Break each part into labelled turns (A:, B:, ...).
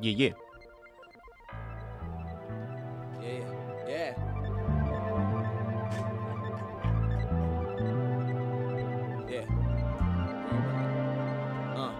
A: Yeah, yeah.
B: Yeah, yeah. Yeah. Uh.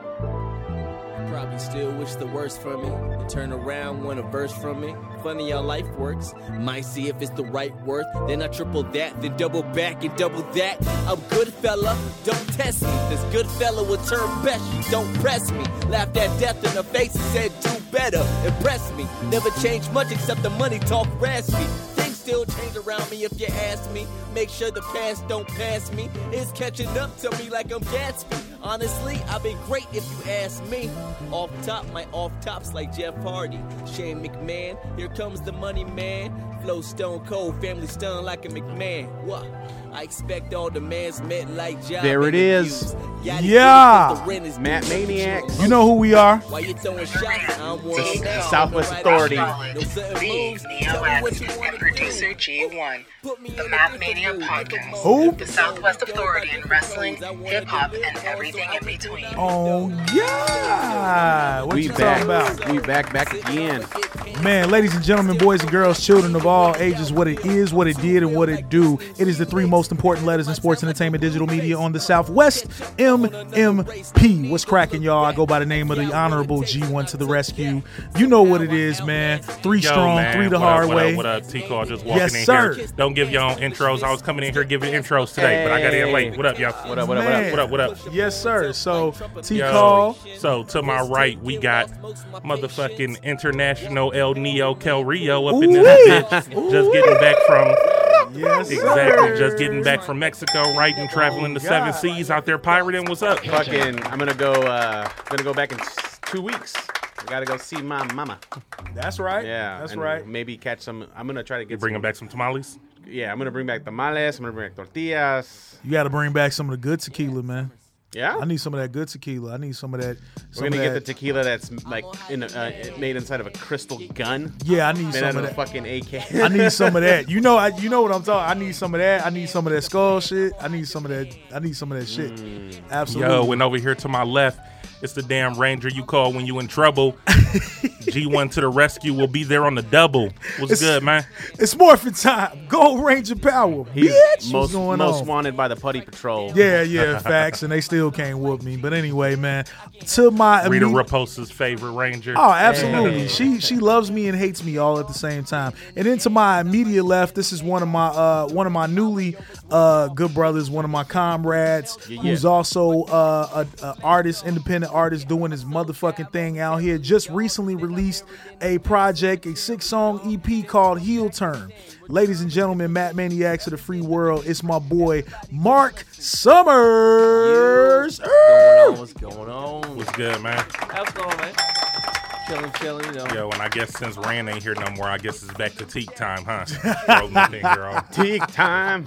B: You probably still wish the worst for me. And turn around, want a verse from me. Funny how life works. Might see if it's the right worth. Then I triple that, then double back and double that. I'm good fella, don't test me. This good fella will turn best, you don't press me. Laughed at death in the face and said, do better, impress me. Never changed much except the money talk raspy. Things still change around me if you ask me. Make sure the past don't pass me. It's catching up to me like I'm Gatsby. Honestly, I've been great if you ask me. Off top, my off tops like Jeff Hardy, Shane McMahon. Here comes the money man. Flow stone cold, family stun like a McMahon. What? I expect all demands met like job.
A: There it is.
C: Yeah.
A: Matt Maniacs.
C: You know who we are.
B: Why you throwing shots? I'm one
A: It's the
B: down.
A: Southwest
B: Right
A: Authority.
B: out. No certain
D: Being
B: moves.
D: the
B: Tell me what
D: OS
B: you wanna
D: and producer
B: do.
D: G1,
B: Put me in
D: the
B: a
D: Map
B: different
D: Mania
B: mood.
D: podcast,
C: Who?
D: the Southwest Authority in wrestling, hip hop, and everything in between.
C: Oh yeah. What
A: we
C: you
A: back.
C: talking about?
A: We back, back again.
C: Man, ladies and gentlemen, boys and girls, children of all ages, what it is, what it did, and what it do. It is the three most important letters in sports entertainment digital media on the Southwest. MMP. What's cracking, y'all? I go by the name of the Honorable G1 to the rescue. You know what it is, man. Three
E: Yo,
C: strong,
E: man,
C: three the
E: what
C: hard
E: up, what
C: way.
E: Up, what up, T Call just walking
C: Yes,
E: in
C: sir.
E: here. Don't give your own intros. I was coming in here giving intros today, but I got in late. What up, y'all?
A: What up, what up, what up?
C: Man.
E: What up, what up?
C: Yes, sir. So T
E: Yo,
C: call.
E: So to my right, we got motherfucking international El Neo Kel Rio up in this
C: Ooh-wee.
E: bitch. Just getting back from
C: Yes,
E: exactly.
C: sir.
E: Just getting back from Mexico, right and traveling the seven
C: God.
E: seas out there pirating. What's up?
A: Fucking, I'm gonna go. Uh, gonna go back in s- two weeks. I gotta go see my mama.
C: That's right.
A: Yeah,
C: That's
A: and
C: right.
A: Maybe catch some. I'm gonna try to get.
E: Bringing
A: some-
E: back some tamales.
A: Yeah, I'm gonna bring back tamales. I'm gonna bring back tortillas.
C: You got to bring back some of the good tequila, man.
A: Yeah,
C: I need some of that good tequila. I need some of that. Some
A: we're
C: of
A: gonna get the
C: that-
A: tequila that's like in a, uh, made inside of a crystal gun.
C: Yeah, I
A: Made
C: need
A: out
C: some of
A: of a
C: that.
A: fucking AK.
C: I need some of that. You know, I, you know what I'm talking. I need some of that. I need some of that skull shit. I need some of that. I need some of that shit.
A: Mm.
C: Absolutely.
E: Yo, and over here to my left, it's the damn ranger you call when you in trouble. G1 to the rescue will be there on the double. What's
C: It's-
E: good, man?
C: it's morphin time. Gold Ranger power.
A: He's
C: Bitch, what's
A: most,
C: going
A: most
C: on?
A: wanted by the Putty Patrol.
C: yeah, yeah, facts, and they still can't whoop me. But anyway, man, to my
E: Rita
C: immediate-
E: Raposa's favorite ranger.
C: Oh, absolutely. She she loves me and hates me all at the same time. And then to my immediate left, this is one of my uh, one of my newly uh, good brothers, one of my comrades,
A: Yeah,
C: who's
A: yeah.
C: also uh, a, a artist, independent artist, doing his motherfucking thing out here. Just recently released a project, a six song EP called Heel Turn. Ladies and gentlemen, Matt Maniacs of the Free World, it's my boy Mark Summers.
B: going on? What's going on?
E: What's good, man?
B: How's it going, man? Chilling, chilling, you know.
E: Yo, and I guess since Rand ain't here no more, I guess it's back to teak time, huh? Throw my finger off.
A: Teak time.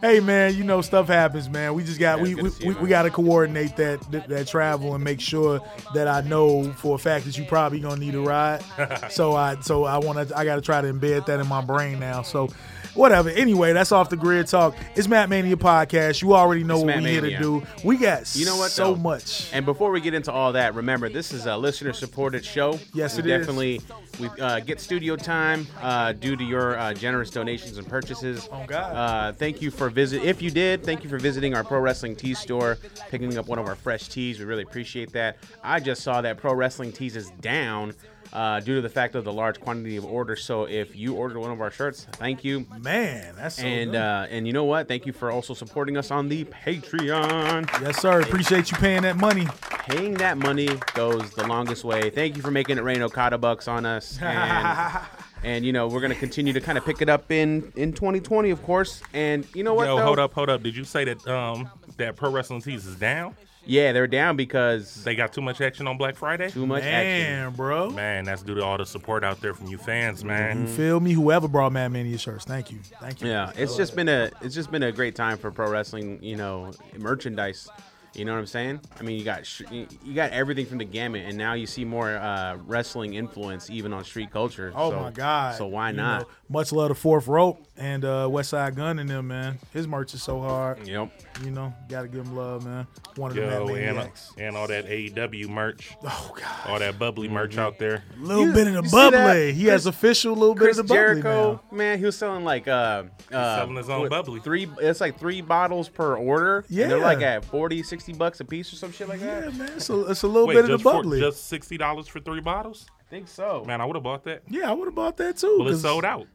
C: Hey man, you know stuff happens, man. We just got
A: Yeah,
C: we
A: good to
C: we,
A: see you,
C: we,
A: man.
C: got to coordinate that, that that travel and make sure that I know for a fact that you probably gonna need a ride. so I so I want to I got to try to embed that in my brain now. So whatever. Anyway, that's off the grid talk. It's Matt Mania podcast. You already know
A: It's
C: what
A: Matt
C: we here to
A: Mania.
C: do. We got
A: You know what?
C: so
A: though?
C: much.
A: And before we get into all that, remember this is a listener-supported show.
C: Yes,
A: we
C: it is.
A: definitely we uh, get studio time uh, due to your uh, generous donations and purchases.
C: Oh, God.
A: Uh, thank you for visit. If you did, thank you for visiting our pro wrestling tea store, picking up one of our fresh teas. We really appreciate that. I just saw that pro wrestling teas is down. Uh, due to the fact of the large quantity of orders, so if you ordered one of our shirts, thank you.
C: Man, that's so
A: and
C: good.
A: uh, and you know what? Thank you for also supporting us on the Patreon.
C: yes, sir. Appreciate you paying that money.
A: Paying that money goes the longest way. Thank you for making it rain Okada bucks on us. And, and you know we're gonna continue to kind of pick it up in in 2020, of course. And you know what?
E: Yo,
A: though?
E: hold up, hold up. Did you say that um that pro wrestling tees is down?
A: Yeah, they're down because
E: They got too much action on Black Friday.
A: too much action.
C: Damn, bro.
E: Man, that's due to all the support out there from you fans, man.
C: Feel me? Whoever brought Mad Mania shirts, thank you, thank you.
A: Yeah, it's just been a it's just been a great time for pro wrestling. You know, merchandise. You know what I'm saying? I mean, you got sh- you got everything from the gamut, and now you see more uh, wrestling influence even on street culture.
C: Oh
A: So-
C: my God!
A: So why
C: You
A: not?
C: know, much love to Fourth Rope and uh, West Side Gun and them, man. His merch is so hard.
A: Yep.
C: You know, gotta give him love, man. One of the Mad
E: Yo, and, uh,
C: Maniacs.
E: and all that AEW merch,
C: Oh God!
E: all that bubbly merch out there.
C: Little
A: You-
C: bit of
A: you
C: the
A: see that?
C: bubbly. He has
A: Chris-
C: official little bit of
A: Chris
C: the bubbly
A: Jericho,
C: now.
A: man, he was selling like uh, uh
E: selling his own
A: what,
E: bubbly.
A: Three, it's like three bottles per order. and they're
C: Yeah.
A: like at 40, 60 bucks a piece or some shit like that.
C: Yeah, man, it's a, it's a little
E: Wait,
C: bit of
E: just,
C: the
E: for-
C: bubbly.
E: just sixty dollars for three bottles?
A: I think so.
E: Man, I would have bought that.
C: yeah, I would have bought that too.
E: Well, it's
C: 'cause
E: sold out.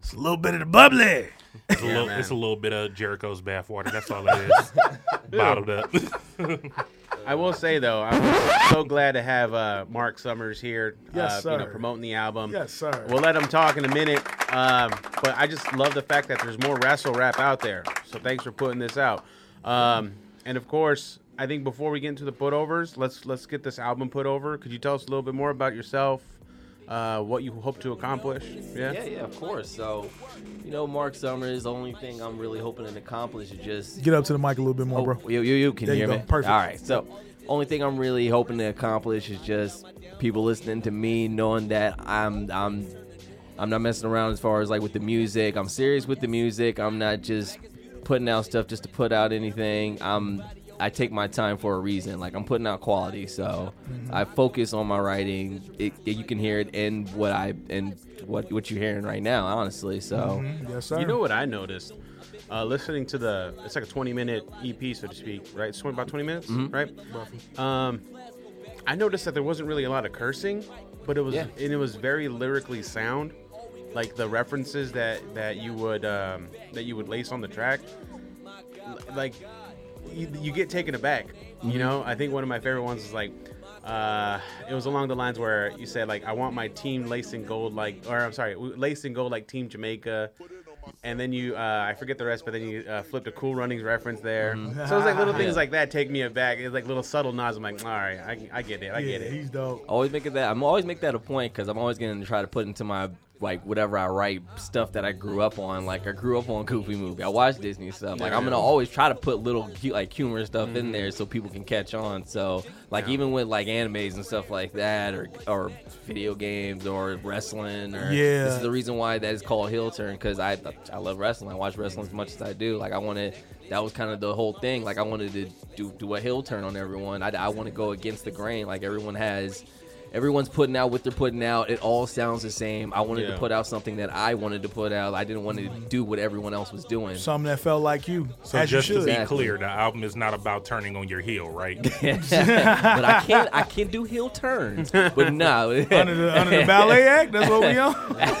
C: It's a little bit of the bubbly.
E: It's a, little,
A: man.
E: it's a little bit of Jericho's bathwater. That's all it is. Bottled up.
A: I will say though, I'm so glad to have uh, Mark Summers here,
C: Yes,
A: uh, you know,
C: sir.
A: promoting the album.
C: Yes, sir.
A: We'll let him talk in a minute. Um, but I just love the fact that there's more wrestle rap out there. So thanks for putting this out. Um, and of course, I think before we get into the putovers, let's let's get this album put over. Could you tell us a little bit more about yourself? Uh, what you hope to accomplish? Yeah.
F: Yeah, yeah, of course. So, you know, Mark Summers, the only thing I'm really hoping to accomplish is just
C: Get up to the mic a little
E: Oh,
C: bit more, bro.
F: Oh, You, you, you can
C: There you
F: hear
C: go.
F: me.
C: Perfect.
F: All right. So, only thing I'm really hoping to accomplish is just people listening to me, knowing that I'm I'm I'm not messing around as far as like with the music. I'm serious with the music. I'm not just putting out stuff just to put out anything. I'm I take my time for a reason. Like I'm putting out quality, so
C: Mm-hmm.
F: I focus on my writing. It, it- you can hear it in what I and what what you're hearing right now, honestly. So.
C: Mm-hmm, Yes, sir.
A: You know what I noticed? Uh, listening to the, it's like a 20 minute EP, so to speak, right? It's 20, about 20 minutes, right? Um, I noticed that there wasn't really a lot of cursing, but it was,
F: Yeah.
A: and it was very lyrically sound. Like the references that that you would um, that you would lace on the track, l- like you, you get taken aback.
C: Mm-hmm.
A: You know, I think one of my favorite ones is like, uh, it was along the lines where you said like, "I want my team laced in gold like," or I'm sorry, laced in gold like Team Jamaica. And then you, uh, I forget the rest, but then you uh, flipped a Cool Runnings reference there.
C: Mm-hmm.
A: So it's like little things
F: Yeah.
A: like that take me aback. It's like little subtle nods. I'm like, all right, I, I get it, I
C: yeah,
A: get it.
C: he's dope.
F: always make it that I'm always make that a point because I'm always gonna try to put into my like whatever I write stuff that I grew up on. Like I grew up on goofy movie. I watched Disney stuff. Like I'm gonna always try to put little hu- like humor stuff in there so people can catch on. So like even with like animes and stuff like that, or or video games or wrestling. Or
C: Yeah.
F: this is the reason why that is called heel turn because I I love wrestling. I watch wrestling as much as I do. Like I wanted. That was kind of the whole thing. Like I wanted to do do a heel turn on everyone. I, I want to go against the grain. Like everyone has everyone's putting out what they're putting out. It all sounds the same. I wanted
A: Yeah.
F: to put out something that I wanted to put out. I didn't want to do what everyone else was doing.
C: Something that felt like you,
E: So
C: as
E: just
C: you
E: to
C: should.
E: be
F: Exactly.
E: clear, the album is not about turning on your heel, right?
F: but I can't I can do heel turns. But no.
C: under, the, under the ballet act, that's what we on.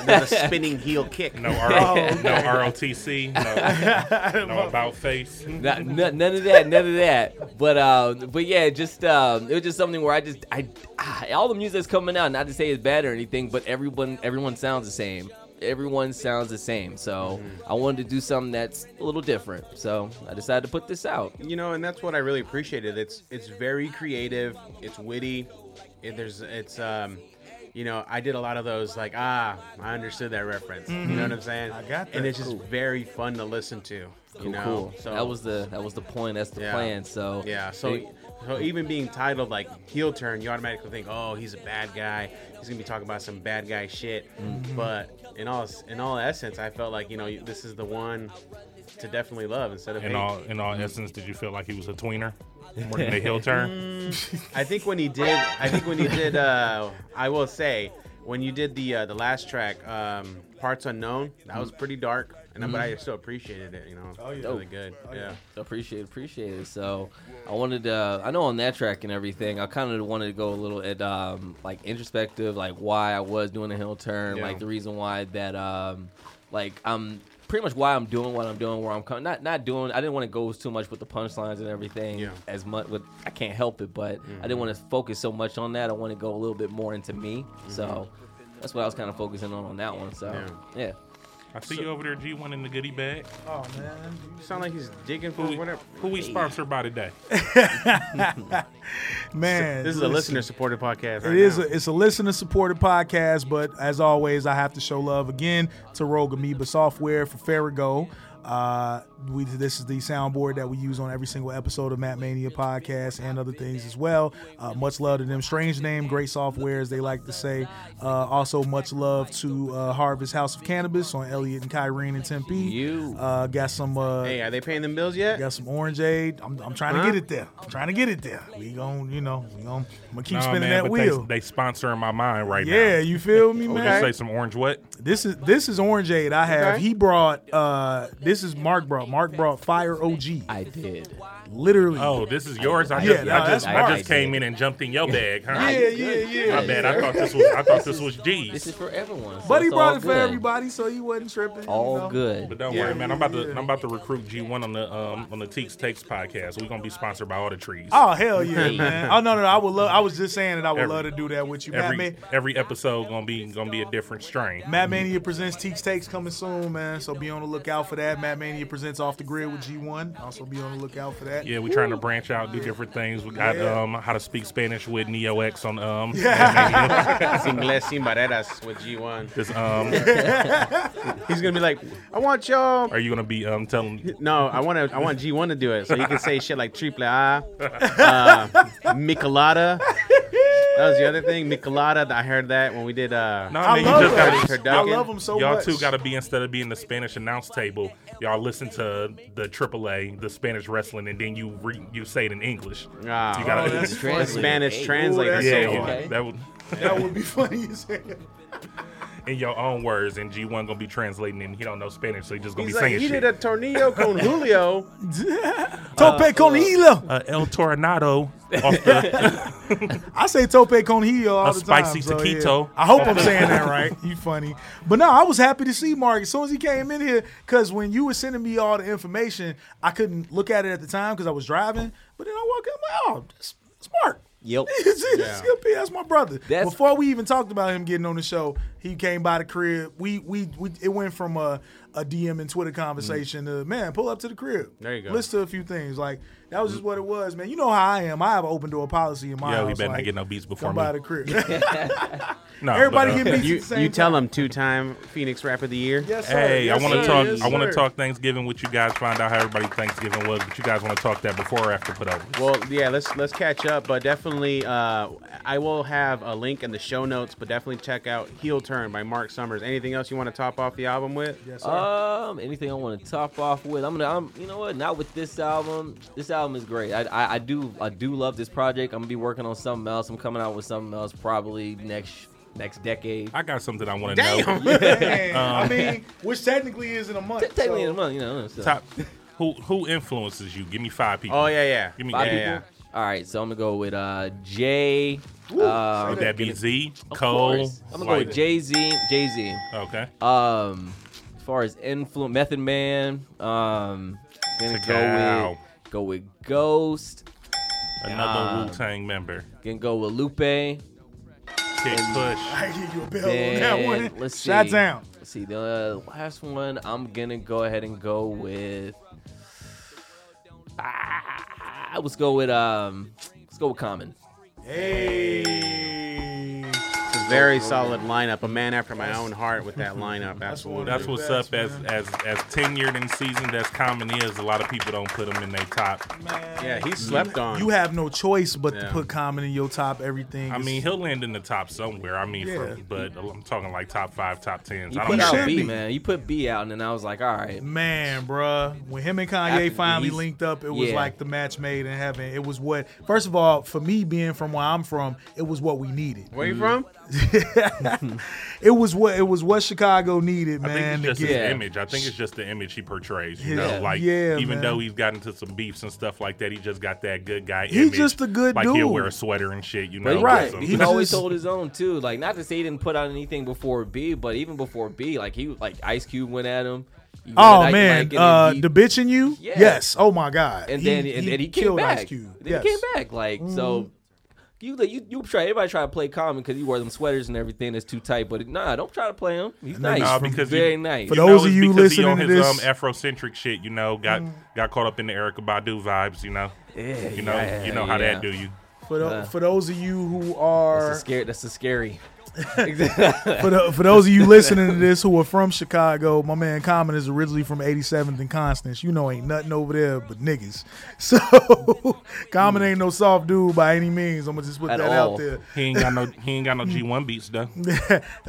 A: There's a spinning heel kick.
E: No,
C: Oh,
E: R- no ROTC, no, no about face.
F: Not, none, none of that, none of that. But um, but yeah, just um, it was just something where I just I ah, all the music that's coming out. Not to say it's bad or anything, but everyone everyone sounds the same. Everyone sounds the same. So I wanted to do something that's a little different. So I decided to put this out.
A: You know, and that's what I really appreciated. It's it's very creative. It's witty. It, there's it's um, you know, I did a lot of those like ah, I understood that reference. You know what I'm saying? I
C: got
A: And
C: that.
A: it's just very fun to listen to. You
F: Cool,
A: know,
F: cool.
A: so
F: that was the that was the point. That's the
A: Yeah.
F: plan. So
A: yeah. So so even being titled like heel turn, you automatically think, oh, he's a bad guy. He's gonna be talking about some bad guy shit.
F: Mm-hmm.
A: But in all in all essence, I felt like you know this is the one to definitely love instead of
E: In
A: hate.
E: all, in all essence, did you feel like he was a tweener? More than a heel turn?
C: Mm.
A: I think when he did, I think when he did, uh, I will say when you did the uh, the last track, um, parts unknown, that was pretty dark, and but I still appreciated it. You know, oh, yeah. really good. yeah.
F: appreciate appreciate it. So I wanted to. I know on that track and everything, I kind of wanted to go a little at um, like introspective, like why I was doing a hill turn,
A: Yeah.
F: like the reason why that um, like I'm pretty much why I'm doing what I'm doing, where I'm coming. Not not doing. I didn't want to go too much with the punchlines and everything
A: Yeah.
F: as much. With I can't help it, but I
C: Mm-hmm.
F: didn't want to focus so much on that. I want to go a
C: Mm-hmm.
F: little bit more into me. So that's what I was kind of focusing on on that one. So
A: Yeah.
F: yeah.
E: I see you over there, G1, in the goodie bag.
C: Oh man.
A: Sound like he's digging for
E: Who,
A: whatever.
E: who we sponsored by today?
C: Man.
A: This is a listener supported podcast. Right
C: It is.
A: now.
C: A, it's a listener-supported podcast, but as always, I have to show love again to Rogue Amoeba Software for Farrago. Uh, we this is the soundboard that we use on every single episode of Matt Mania podcast and other things as well. Uh, much love to them. Strange name, great software, as they like to say. Uh, also, much love to uh, Harvest House of Cannabis on Elliot and Kyrene and Tempe.
A: You.
C: uh, got some. Uh,
A: hey, are they paying them bills yet?
C: Got some orangeade. I'm, I'm trying
A: Huh?
C: to get it there. I'm trying to get it there. We gon' you know, we gon' I'm gonna keep
E: Nah,
C: spinning that
E: man, but
C: wheel.
E: They, they sponsoring my mind right
C: Yeah,
E: now.
C: you feel me,
E: Would
C: man?
E: you say some orange what?
C: This is this is Orangeade I have.
A: Okay.
C: He brought uh this is Mark brought. Mark brought Fire OG.
B: I did.
C: Literally.
E: Oh, this is yours. I
C: Yeah,
E: just,
C: nah,
E: I just,
C: that's
E: I
C: mine.
E: just came in and jumped in your bag, huh?
C: yeah, yeah, yeah.
E: My bad. I thought this was I thought this was
B: This
E: G's.
B: is for everyone. so
C: But he
B: it's all
C: brought it for
B: good.
C: everybody, so he wasn't tripping.
B: All
C: you know?
E: But
B: good.
E: don't
A: Yeah.
E: worry, man. I'm about to I'm about to recruit G1 on the um on the Teeks Takes podcast. We're gonna be sponsored by all the trees.
C: Oh hell yeah, man. Oh no, no, no, I would love I was just saying that I would
E: Every-
C: love to do that with you, Matt
E: every
C: Man.
E: every episode gonna be gonna be a different strain.
C: Matt Mania presents Teaks Takes coming soon, man. So be on the lookout for that. Matt Mania presents Off the Grid with G1. Also be on the lookout for that.
E: Yeah, we're trying to branch out, do different things. We got
C: Yeah.
E: um how to speak Spanish with Neo X on um
A: It's Inglés sin barreras with G1.
E: this um
A: He's gonna be like, I want y'all.
E: are you gonna be um telling
A: No, I want to. I want G1 to do it, so he can say shit like triple A, uh, Michelada. That was the other thing, Michelada. I heard that when we did. Uh,
E: No,
C: I
E: man, you
C: love
E: just
C: that.
E: gotta
C: I
A: Turducken.
C: love him so
E: y'all
C: much.
E: two gotta be instead of being the Spanish announce table, y'all listen to the AAA, the Spanish wrestling, and then you re, you say it in English.
A: Ah.
E: you gotta
C: Oh, that's
E: yeah,
A: the
C: funny.
A: Spanish
B: Hey,
A: translator.
C: ooh,
A: so
C: that's
A: hard.
E: yeah,
B: Okay.
E: that would
C: That would be funny as hell.
E: in your own words, and G one gonna be translating, and he don't know Spanish, so he just gonna
A: He's
E: be
A: like,
E: saying
A: he
E: shit.
A: did a tornillo con Julio.
C: Tope con hilo.
E: uh, El Tornado off the
C: I say tope con hilo all
E: A
C: the time.
E: spicy
C: so,
E: taquito.
C: yeah. I hope I'm saying that right. You funny, but no, I was happy to see Mark as soon as he came in here because when you were sending me all the information, I couldn't look at it at the time because I was driving. But then I walk up, I'm like, oh, it's, it's Mark.
B: Yep.
C: It's- it's gonna be- that's my brother.
B: That's-
C: Before we even talked about him getting on the show, he came by the crib. We we, we it went from a, a DM and Twitter conversation to man, pull up to the crib.
A: Mm-hmm. There you go. Mm-hmm.
C: Listen to a few things. Like that was just what it was, man. You know how I am. I have an open door policy in my
E: Yeah, we
C: house.
E: better not
C: like,
E: get no beats before
C: come
E: me.
C: by the crib.
E: no,
C: Everybody
E: but, uh,
C: get beats
A: You,
C: at the same
A: you tell
C: time.
A: him two-time Phoenix Rap of the Year.
C: Yes, sir.
E: Hey,
C: Yes,
E: I want to
C: sir.
E: talk.
C: Yes,
E: I want to
C: sir.
E: talk Thanksgiving with you guys. Find out how everybody Thanksgiving was, but you guys want to talk that before or after put over.
A: Well, yeah, let's let's catch up, but definitely, uh, I will have a link in the show notes. But definitely check out "Heel Turn" by Mark Summers. Anything else you want to top off the album with?
C: Yes, sir.
B: Um, anything I want to top off with? I'm gonna, I'm, you know what? Not with this album. This album is great. I, I, I do, I do love this project. I'm gonna be working on something else. I'm coming out with something else probably next, next decade.
E: I got something I want to know.
A: Damn.
C: Man,
E: Um,
C: I mean, which technically is in a month.
B: Technically,
C: so-
B: in a month, you know. So.
E: Top. Who who influences you? Give me five people.
A: Oh yeah, yeah.
E: Give me
B: Five
E: yeah,
B: people.
E: yeah.
B: All right, so I'm gonna go with uh Jay.
C: Woo,
B: um,
C: say
E: Would that be Z,
B: of
E: Cole?
B: course. I'm gonna go with
E: like-
B: Jay Z. Jay Z.
E: Okay.
B: Um, as far as influence, Method Man. Um, gonna go
E: Takao.
B: with go with Ghost.
E: Another
B: um,
E: Wu Tang member.
B: Gonna go with Lupe.
E: Kick Push.
C: I give you a bell on
B: Then
C: that one.
B: let's see.
C: Shot down.
B: Let's see the last one. I'm gonna go ahead and go with. Ah, let's go with um. Let's go with Common.
C: Hey.
A: It's a very solid lineup. A man after my own heart with that lineup. Absolutely.
E: That's what's
C: Best,
E: up. As
C: man.
E: as as tenured and seasoned as Common is, a lot of people don't put him in their top.
C: Man.
A: Yeah, he slept on.
C: You have no choice but to
A: Yeah.
C: put Common in your top everything.
E: I
C: is-
E: mean, he'll land in the top somewhere. I mean, for,
C: Yeah.
E: but I'm talking like top five, top tens.
B: You
E: I
B: put
E: don't
C: He
E: know.
C: should
B: out B,
C: be.
B: man. You put B out, and then I was like, all right.
C: man, bruh. When him and Kanye
B: After
C: finally
B: these-
C: linked up, it was
B: Yeah.
C: like the match made in heaven. It was what, first of all, for me being from where I'm from, it was what we needed.
A: Where you from?
C: It was what it was what Chicago needed,
E: I think
C: man.
E: it's
C: to
E: just
C: get-
E: his
B: yeah.
E: image. I think it's just the image he portrays.
C: His-
E: You know, like
C: yeah,
E: even
C: man.
E: though he's gotten into some beefs and stuff like that, he just got that good guy.
C: He's
E: image.
C: just a good
E: like He'll
C: dude.
E: wear a sweater and shit. You
B: But
E: know,
B: he-
C: Right.
E: so-
C: He
B: He
C: was
B: always
C: just-
B: told his own too. Like not to say he didn't put out anything before B, but even before B, like he like Ice Cube went at him. He went
C: Oh
B: at Ike
C: man,
B: Mike, and
C: uh,
B: then he-
C: the bitch in you.
B: Yeah.
C: Yes. Oh my god.
B: and then and, then he came
C: killed
B: back.
C: Ice Cube.
B: Then
C: yes.
B: he came back. Like so, You you you try everybody try to play Common because he wore them sweaters and everything that's too tight. But nah, don't try to play him. He's nice,
E: Nah, because
B: very
E: you-
B: nice.
E: you
C: For those
E: know,
C: of
E: it's
C: you
E: because he on
C: listening to
E: his,
C: this- Mm.
E: um, Afrocentric shit, you know, got got caught up in the Erica Badu vibes, you know, you know, you know how
B: yeah.
E: that do you.
C: For,
B: Uh.
C: tho- for those of you who
B: That's a
C: are
B: scary. That's a scary.
C: for, tho- for those of you listening to this who are from Chicago, my man Common is originally from 87th and Constance. You know, ain't nothing over there but niggas. So Common ain't no soft dude by any means. I'm gonna just put
B: At
C: that out
B: all.
C: there.
E: He ain't got no he ain't got no
C: Mm.
E: G one beats though.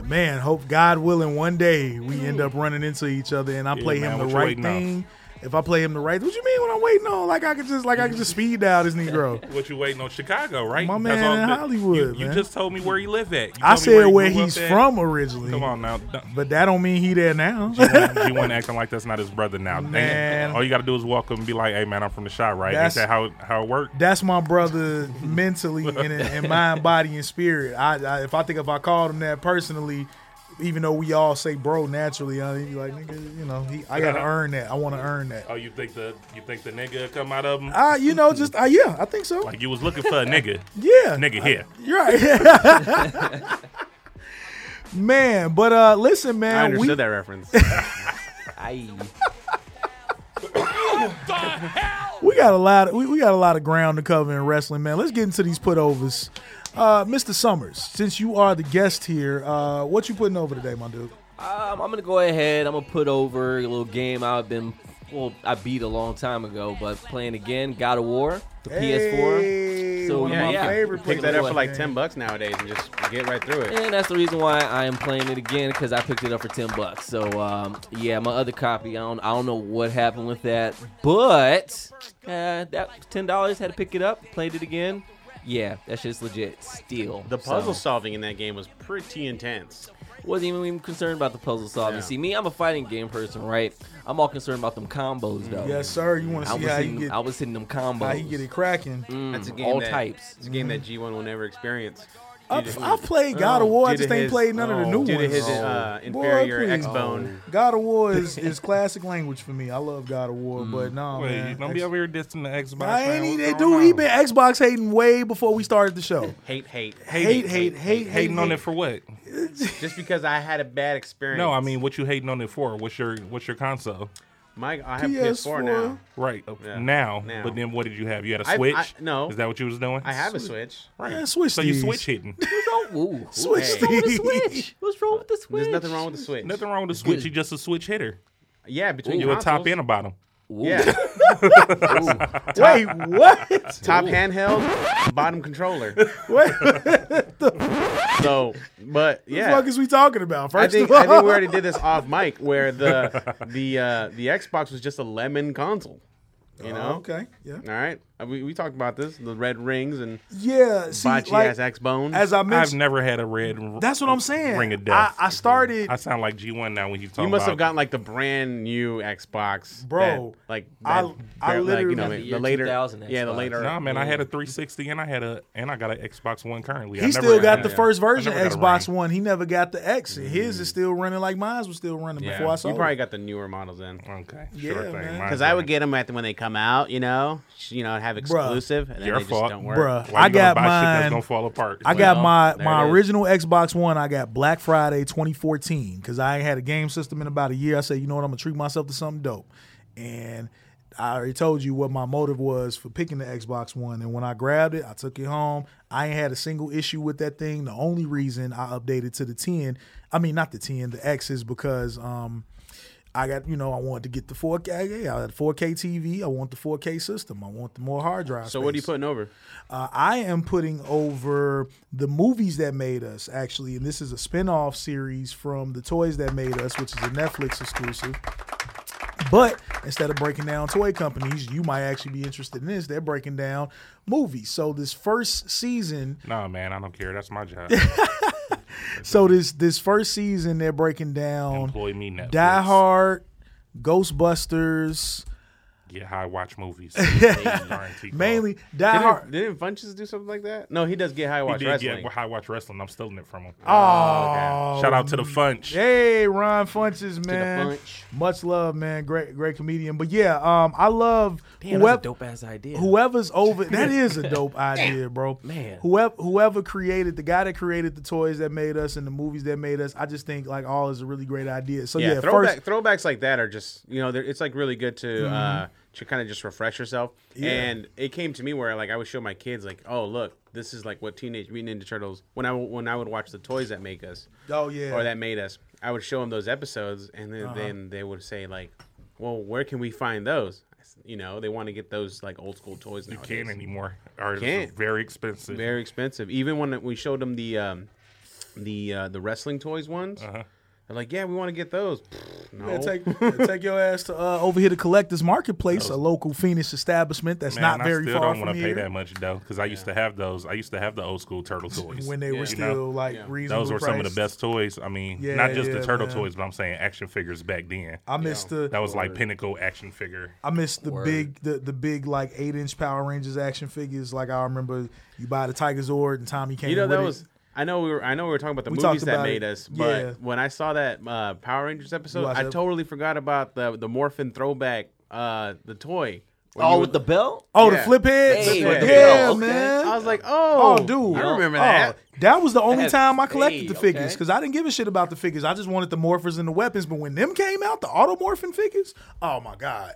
C: man, hope God willing, one day we end up running into each other, and I play
E: man,
C: him
E: what
C: the
E: you
C: right
E: waiting on?
C: thing. If I play him the right, what you mean? What I'm waiting on? Like I could just, like I could just speed dial this Negro.
E: What you waiting on Chicago, right?
C: My
E: That's
C: man
E: all
C: in
E: the-
C: Hollywood,
E: You, you
C: man.
E: just told me where you live at. You
C: I
E: told me
C: said
E: you
C: where
E: grew up
C: he's
E: at.
C: from originally,
E: Come on now. Don't-
C: but that don't mean he there now.
E: G1, G1 acting like that's not his brother now. Dang it.
C: Man.
E: All you got to do is walk up and be like, hey, man, I'm from the shot, right?
C: That's-
E: Is that how, it- how it worked?
C: That's my brother mentally and in, in mind, body, and spirit. I, I if I think if I called him that personally, even though we all say bro naturally, I'd be like, nigga, you know, he, I gotta earn that. I want to earn that.
E: Oh, you think the you think the nigga come out of him?
C: Uh, you know, just uh, yeah, I think so.
E: like you was looking for a nigga.
C: Yeah,
E: nigga here.
C: You're right. man, but uh listen, man,
A: I
C: we
A: understood that reference.
B: I
C: we got a lot of, we, we got a lot of ground to cover in wrestling, man. Let's get into these putovers. Uh Mr. Summers, since you are the guest here, uh what you putting over today, my dude?
B: Um, I'm gonna go ahead. I'm gonna put over a little game I've been well, I beat a long time ago, but playing again, God of War, the
C: Hey,
B: PS4. So
C: one of
A: yeah,
C: my
A: you can
C: favorite
A: pick that
C: places.
A: up for like ten bucks nowadays and just get right through it.
B: And that's the reason why I am playing it again because I picked it up for ten bucks. So um, yeah, my other copy, I don't, I don't know what happened with that, but uh, that ten dollars had to pick it up, played it again. Yeah, that shit's legit. Still,
A: The puzzle
B: So,
A: solving in that game was pretty intense.
B: wasn't even, even concerned about the puzzle solving.
A: Yeah.
B: See, me, I'm a fighting game person, right? I'm all concerned about them combos though.
C: Yes, sir. You want to
B: I
C: see
B: was,
C: how
B: hitting,
C: you get
B: I was hitting them combos.
C: how you get it cracking?
A: That's a game
B: Hmm. all
A: that-
B: types. Hmm.
A: It's a game that G1 will never experience.
C: I've, I've played God of War.
A: Oh.
C: I
A: Due to
C: just ain't
A: his-
C: played none of the
A: oh,
C: new
A: due to
C: ones. Oh.
A: his, uh,
C: Boy,
A: inferior
C: please.
A: X-Bone.
C: God of War is, is classic language for me. I love God of War,
A: Mm.
C: but no,
E: Wait,
C: man.
E: don't be over here dissing the Xbox.
C: I ain't
E: man.
C: even-
E: What's
C: dude,
E: going
C: he
E: on?
C: been Xbox hating way before we started the show.
A: Hate, hate,
C: Hate, hate, hate,
E: hating on
C: hate.
E: it for what?
A: Just because I had a bad experience.
E: No, I mean, what you hating on it for? What's your what's your console?
A: Mike, I have
C: PS4.
A: PS4 now.
E: Right
A: Yeah.
E: now,
A: Now.
E: but then what did you have? You had a
A: I- I-
E: switch.
A: no.
E: is that what you was doing?
A: I have a Switch.
E: Right.
C: Yeah, switch
E: So you
C: these.
E: switch hitting.
B: Don't ooh,
C: Switch
B: What's wrong with the
C: these.
B: Switch? What's wrong with the Switch?
A: There's nothing wrong with the Switch.
E: Nothing wrong with the switch. You just a switch hitter.
A: Yeah, between
E: You a top
A: consoles.
E: and a bottom.
A: Yeah,
C: Wait, what?
A: top handheld, bottom controller.
C: Wait, what the
A: So, but yeah,
C: fuck is we talking about?
A: I
C: First
A: think
C: of all,
A: I think we already did this off mic, where the the uh, the Xbox was just a lemon console. You know.
C: Oh, okay, yeah,
A: All right. Uh, We, we talked about this, the red rings and
C: yeah. See,
A: botchy
C: like,
A: ass X bone.
C: as I
E: I've
C: mentioned,
E: never had a red. r-
C: that's what I'm saying.
E: Ring of
C: I,
E: death.
C: I started.
E: I sound like G1 now when he's talking
A: you must have
E: about
A: gotten like the brand new Xbox,
C: Bro,
A: that- like
C: I-
A: that-
C: I
A: that, like,
C: literally-
A: you know,
C: That's the
A: the,
B: year
A: later,
B: 2000
A: yeah, the
B: Xbox.
A: later.
E: Nah, man, I had a
A: Mm.
E: 360 and I had a and I got an Xbox One currently. I
C: he
E: never
C: still got
E: had
C: the
E: a-
C: first
E: I never
C: version
E: got Mm.
C: of
E: a
C: Xbox
E: ring.
C: One. He never got the X. His is still running like mine was still running
A: yeah.
C: before I
A: Mm. you
C: saw
A: probably
C: it.
A: got the newer models in.
E: Okay,
C: Yeah,
E: sure
C: man.
E: thing.
A: Because I would get them at the, when they come out, you know, sh- you know, have exclusive, and then
E: Your
A: they just
E: fault.
A: don't work.
C: Bruh.
E: Why
C: I
E: you gonna
C: got
E: buy Shit
C: mine-
E: that's gonna fall apart.
C: I got
A: Well,
C: my
A: there
C: my
A: it is.
C: original Xbox One. I got Black Friday 2014 because I ain't had a game system in about a year. I said, you know what, I'm gonna treat myself to something dope, and I already told you what my motive was for picking the Xbox One. And when I grabbed it, I took it home. I ain't had a single issue with that thing. The only reason I updated to the 10, I mean not the 10, the X is because um. I got, you know, I wanted to get the 4K. Yeah, I had 4K TV. I want the 4K system. I want the more hard drive.
A: So what are you
C: space.
A: putting over?
C: Uh, I am putting over the movies that made us, actually, and this is a spin-off series from The Toys That Made Us, which is a Netflix exclusive. But instead of breaking down toy companies, you might actually be interested in this. They're breaking down movies. So this first season,
E: Nah, man, I don't care. That's my job.
C: so this this first season, they're breaking down
E: Employ me Netflix.
C: Die Hard, Ghostbusters,
E: get high, watch movies.
C: Mainly Die
A: Didn't,
C: Hard.
A: didn't Funches do something like that? No, he does get high
E: He
A: watch
E: did
A: wrestling.
E: get high watch wrestling. I'm stealing it from him.
C: Oh,
E: Shout out to the Funch.
C: Hey, Ron Funches, man.
A: Funch.
C: Much love, man. Great, great comedian. But yeah, um, I love
A: Damn,
C: whoever-
A: that's a dope ass idea.
C: whoever's over that is a dope idea bro
A: Man.
C: whoever whoever created the guy that created the toys that made us and the movies that made us i just think like all is a really great idea so yeah,
A: yeah, throwback
C: first
A: throwbacks like that are just you know they're- it's like really good to
C: Mm-hmm.
A: uh to kind of just refresh yourself and it came to me where like i would show my kids like oh look this is like what teenage mutant ninja turtles when i w- when i would watch the toys that make us
C: Oh, yeah. Uh-huh.
A: or that made us i would show them those episodes and then, then they would say like well where can we find those I s- you know they want to get those like old school toys
E: You
A: nowadays.
E: can't anymore. Or it's
A: Can't.
E: very expensive.
A: very expensive even when we showed them the um the uh the wrestling toys ones they're like yeah we want to get those no
C: yeah, take, take your ass to uh, over here to collectors marketplace a local phoenix establishment that's
E: Man,
C: not
E: I
C: very
E: still
C: far
E: don't
C: from
E: want to pay
C: here
E: that much though, because I used to have those. I used to have the old school turtle toys.
C: when they
A: Yeah.
C: were
A: You
C: still
E: know?
C: like
A: Yeah.
C: reasonable
E: those were some of the
C: priced.
E: best toys. I mean,
C: Yeah,
E: not just
C: yeah,
E: the turtle
C: man.
E: toys, but I'm saying action figures back then.
C: i missed the
E: That was like pinnacle action figure.
C: I miss the big, the, the big like eight inch Power Rangers action figures. Like I remember, you buy the Tiger Zord and Tommy came.
A: You know
C: with
A: that
C: it.
A: was. I know we were. I know we were talking about the
C: We talked
A: movies that
C: about
A: made
C: it.
A: us. But
C: Yeah.
A: when I saw that uh, Power Rangers episode,
C: watched
A: I
C: that?
A: totally forgot about the the morphin throwback, uh, the toy. When you
B: Oh,
A: would-
B: with the belt?
C: Oh, the
A: Yeah.
C: flip heads.
A: Hey,
C: yeah,
A: with the
B: belt, okay.
C: man.
A: I was like, oh,
C: Oh, dude,
A: I remember
C: Oh,
A: that.
C: That was the only
B: That's-
C: time I collected
B: hey,
C: the figures
B: okay.
C: because I didn't give a shit about the figures. I just wanted the morphers and the weapons. But when them came out, the automorphing figures, oh my god,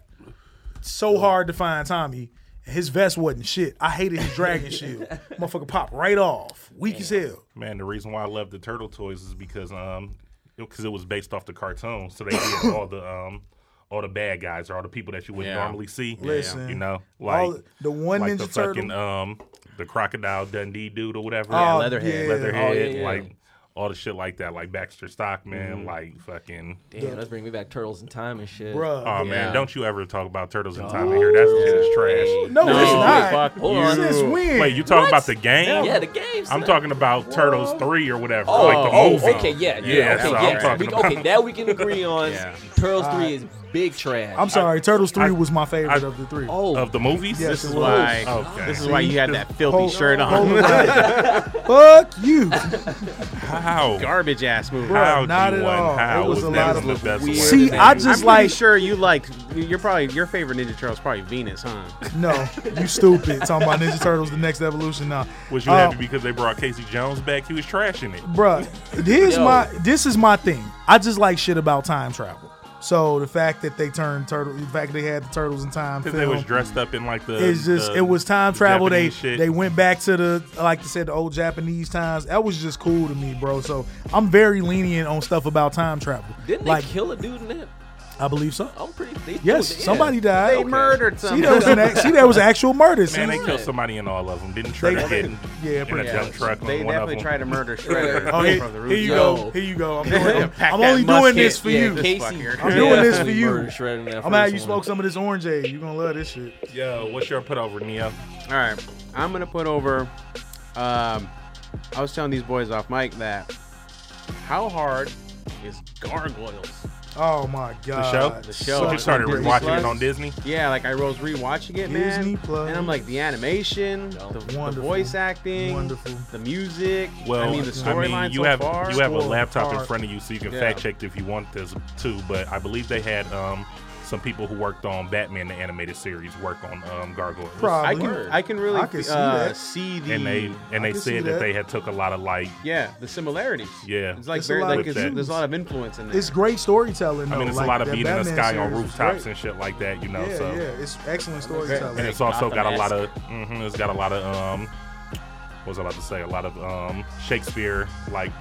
C: so hard to find Tommy. And His vest wasn't shit. I hated his dragon shield. Motherfucker popped right off. Weak as hell.
E: Man, the reason why I love the turtle toys is because um, because it was based off the cartoon, so they did all the um, all the bad guys or all the people that you wouldn't
A: Yeah.
E: normally see.
C: Listen,
E: you know, like
C: all- the one
E: like
C: Ninja
E: the
C: Turtle-
E: fucking um, the crocodile Dundee dude or whatever.
C: Oh,
A: Leatherhead.
C: yeah.
E: Leatherhead,
B: Oh, yeah, Mm. yeah.
E: like all the shit like that, like Baxter Stockman, like fucking.
B: Damn, that's bringing me back Turtles in Time and shit.
C: Bruh.
A: Yeah.
E: Oh man, don't you ever talk about turtles in time in here? That's just trash.
C: no, it's not.
A: fuck
B: Hold
A: you.
B: on.
C: Since when?
E: Wait, you talking about the game?
B: Yeah, the games.
E: I'm
B: man.
E: talking about Turtles Three or whatever,
B: Oh,
E: like the
B: oh,
E: movie.
B: okay, yeah, yeah,
E: yeah.
B: okay,
E: so
B: yeah.
E: I'm talking
B: we,
E: about.
B: okay, that we can agree on.
A: Yeah.
B: Turtles three is big trash.
C: I'm sorry, Turtles three
E: I-
C: was my favorite
E: I-
C: of the three.
B: oh,
E: of the movies.
C: Yes,
A: This is
C: it was.
A: why.
E: Okay.
A: This is why you had that filthy
C: Pol-
A: shirt on.
C: Polaroid. Fuck you.
E: How?
A: Garbage ass movie.
C: Bruh,
E: How?
C: not
E: G1?
C: at all.
E: How
C: It was a lot
E: that
C: of
E: the best
B: weird-
E: one?
C: See, I
A: I'm
C: just
A: pretty
C: like
A: sure you liked. You're probably your favorite Ninja Turtle is probably Venus, huh?
C: no, you stupid. Talking about Ninja Turtles, the next evolution. Now,
E: Was you
B: Oh.
E: happy because they brought Casey Jones back? He was trashing it.
C: bruh? Here's
B: Yo.
C: my. This is my thing. I just like shit about time travel. So the fact that they turned turtle, the fact they had the turtles in time
E: Because
C: film,
E: they was dressed up in like the.
C: it's just
E: the-
C: it was time
E: the
C: travel. They
E: Japanese shit.
C: they went back to the like I said the old Japanese times. That was just cool to me, bro. So I'm very lenient on stuff about time travel.
B: didn't
C: like
B: they kill a dude in that?
C: I believe so.
B: I'm pretty. They,
C: Yes,
B: oh, yeah.
C: somebody died.
A: They murdered
C: See,
A: somebody.
C: there was an ac- see, there was actual murder.
E: Man, they
C: see?
E: killed somebody in all of them. Didn't Shredder
C: They-
E: get in,
C: yeah,
E: in a
C: pretty
E: dump
C: much.
E: truck on
A: They
E: one
A: definitely
E: of
A: tried to murder Shredder
C: Oh, here,
A: from the
C: here
A: roof.
C: you
B: Yo.
C: go. Here you go. I'm, doing,
A: Pack
C: I'm
A: that
C: only doing this
A: musket.
C: for
B: Yeah,
C: you.
A: This
B: Casey,
A: fucker.
C: I'm doing this for
B: definitely
C: you.
B: murdered Shredder in that
C: I'm gonna have
B: first
C: you
B: one.
C: smoke some of this orange aid. You're gonna love this shit.
E: them. Yo, what's your put over, Neo?
A: All right, I'm gonna put over. Um, I was telling these boys off mic that how hard is gargoyles?
C: Oh my god.
E: show?
A: The
C: So
A: show.
E: But
A: Oh,
E: you started
A: Disney
E: rewatching
A: Plus?
E: it on Disney.
A: Yeah, like I was rewatching it, man.
C: Disney Plus.
A: And I'm like the animation, the, the
C: Wonderful.
A: voice acting,
C: Wonderful.
A: the music.
E: Well,
A: I mean the storyline
E: you
A: so
E: have
A: far.
E: you have a
C: Score
E: laptop in
C: hard.
E: front of you, so you can
A: Yeah.
E: fact check if you want this too. But I believe they had um, some people who worked on Batman the animated series work on um, Gargoyles,
C: Probably.
A: I can I can really
C: I can see
A: uh,
C: that.
A: see the
E: and they and
C: I
E: they
C: can
E: said
C: see
E: that.
C: that.
E: they had took a lot of like.
A: yeah the similarities.
E: Yeah.
A: it's like
C: It's a
A: very
C: lot
A: like
E: of
A: it's, there's
C: cues.
A: a lot of influence in there.
C: It's great storytelling. Though.
E: I mean, it's
C: like,
E: a lot of
C: that
E: beat in the
C: Batman
E: sky on
C: series is
E: rooftops
C: great.
E: and shit like that, you know.
C: yeah,
E: so
C: yeah, it's excellent
E: and
C: storytelling.
E: it's also
A: Gotham-esque.
E: got a lot of mhm, it's got a lot of um, what was I about to say? A lot of um, Shakespeare like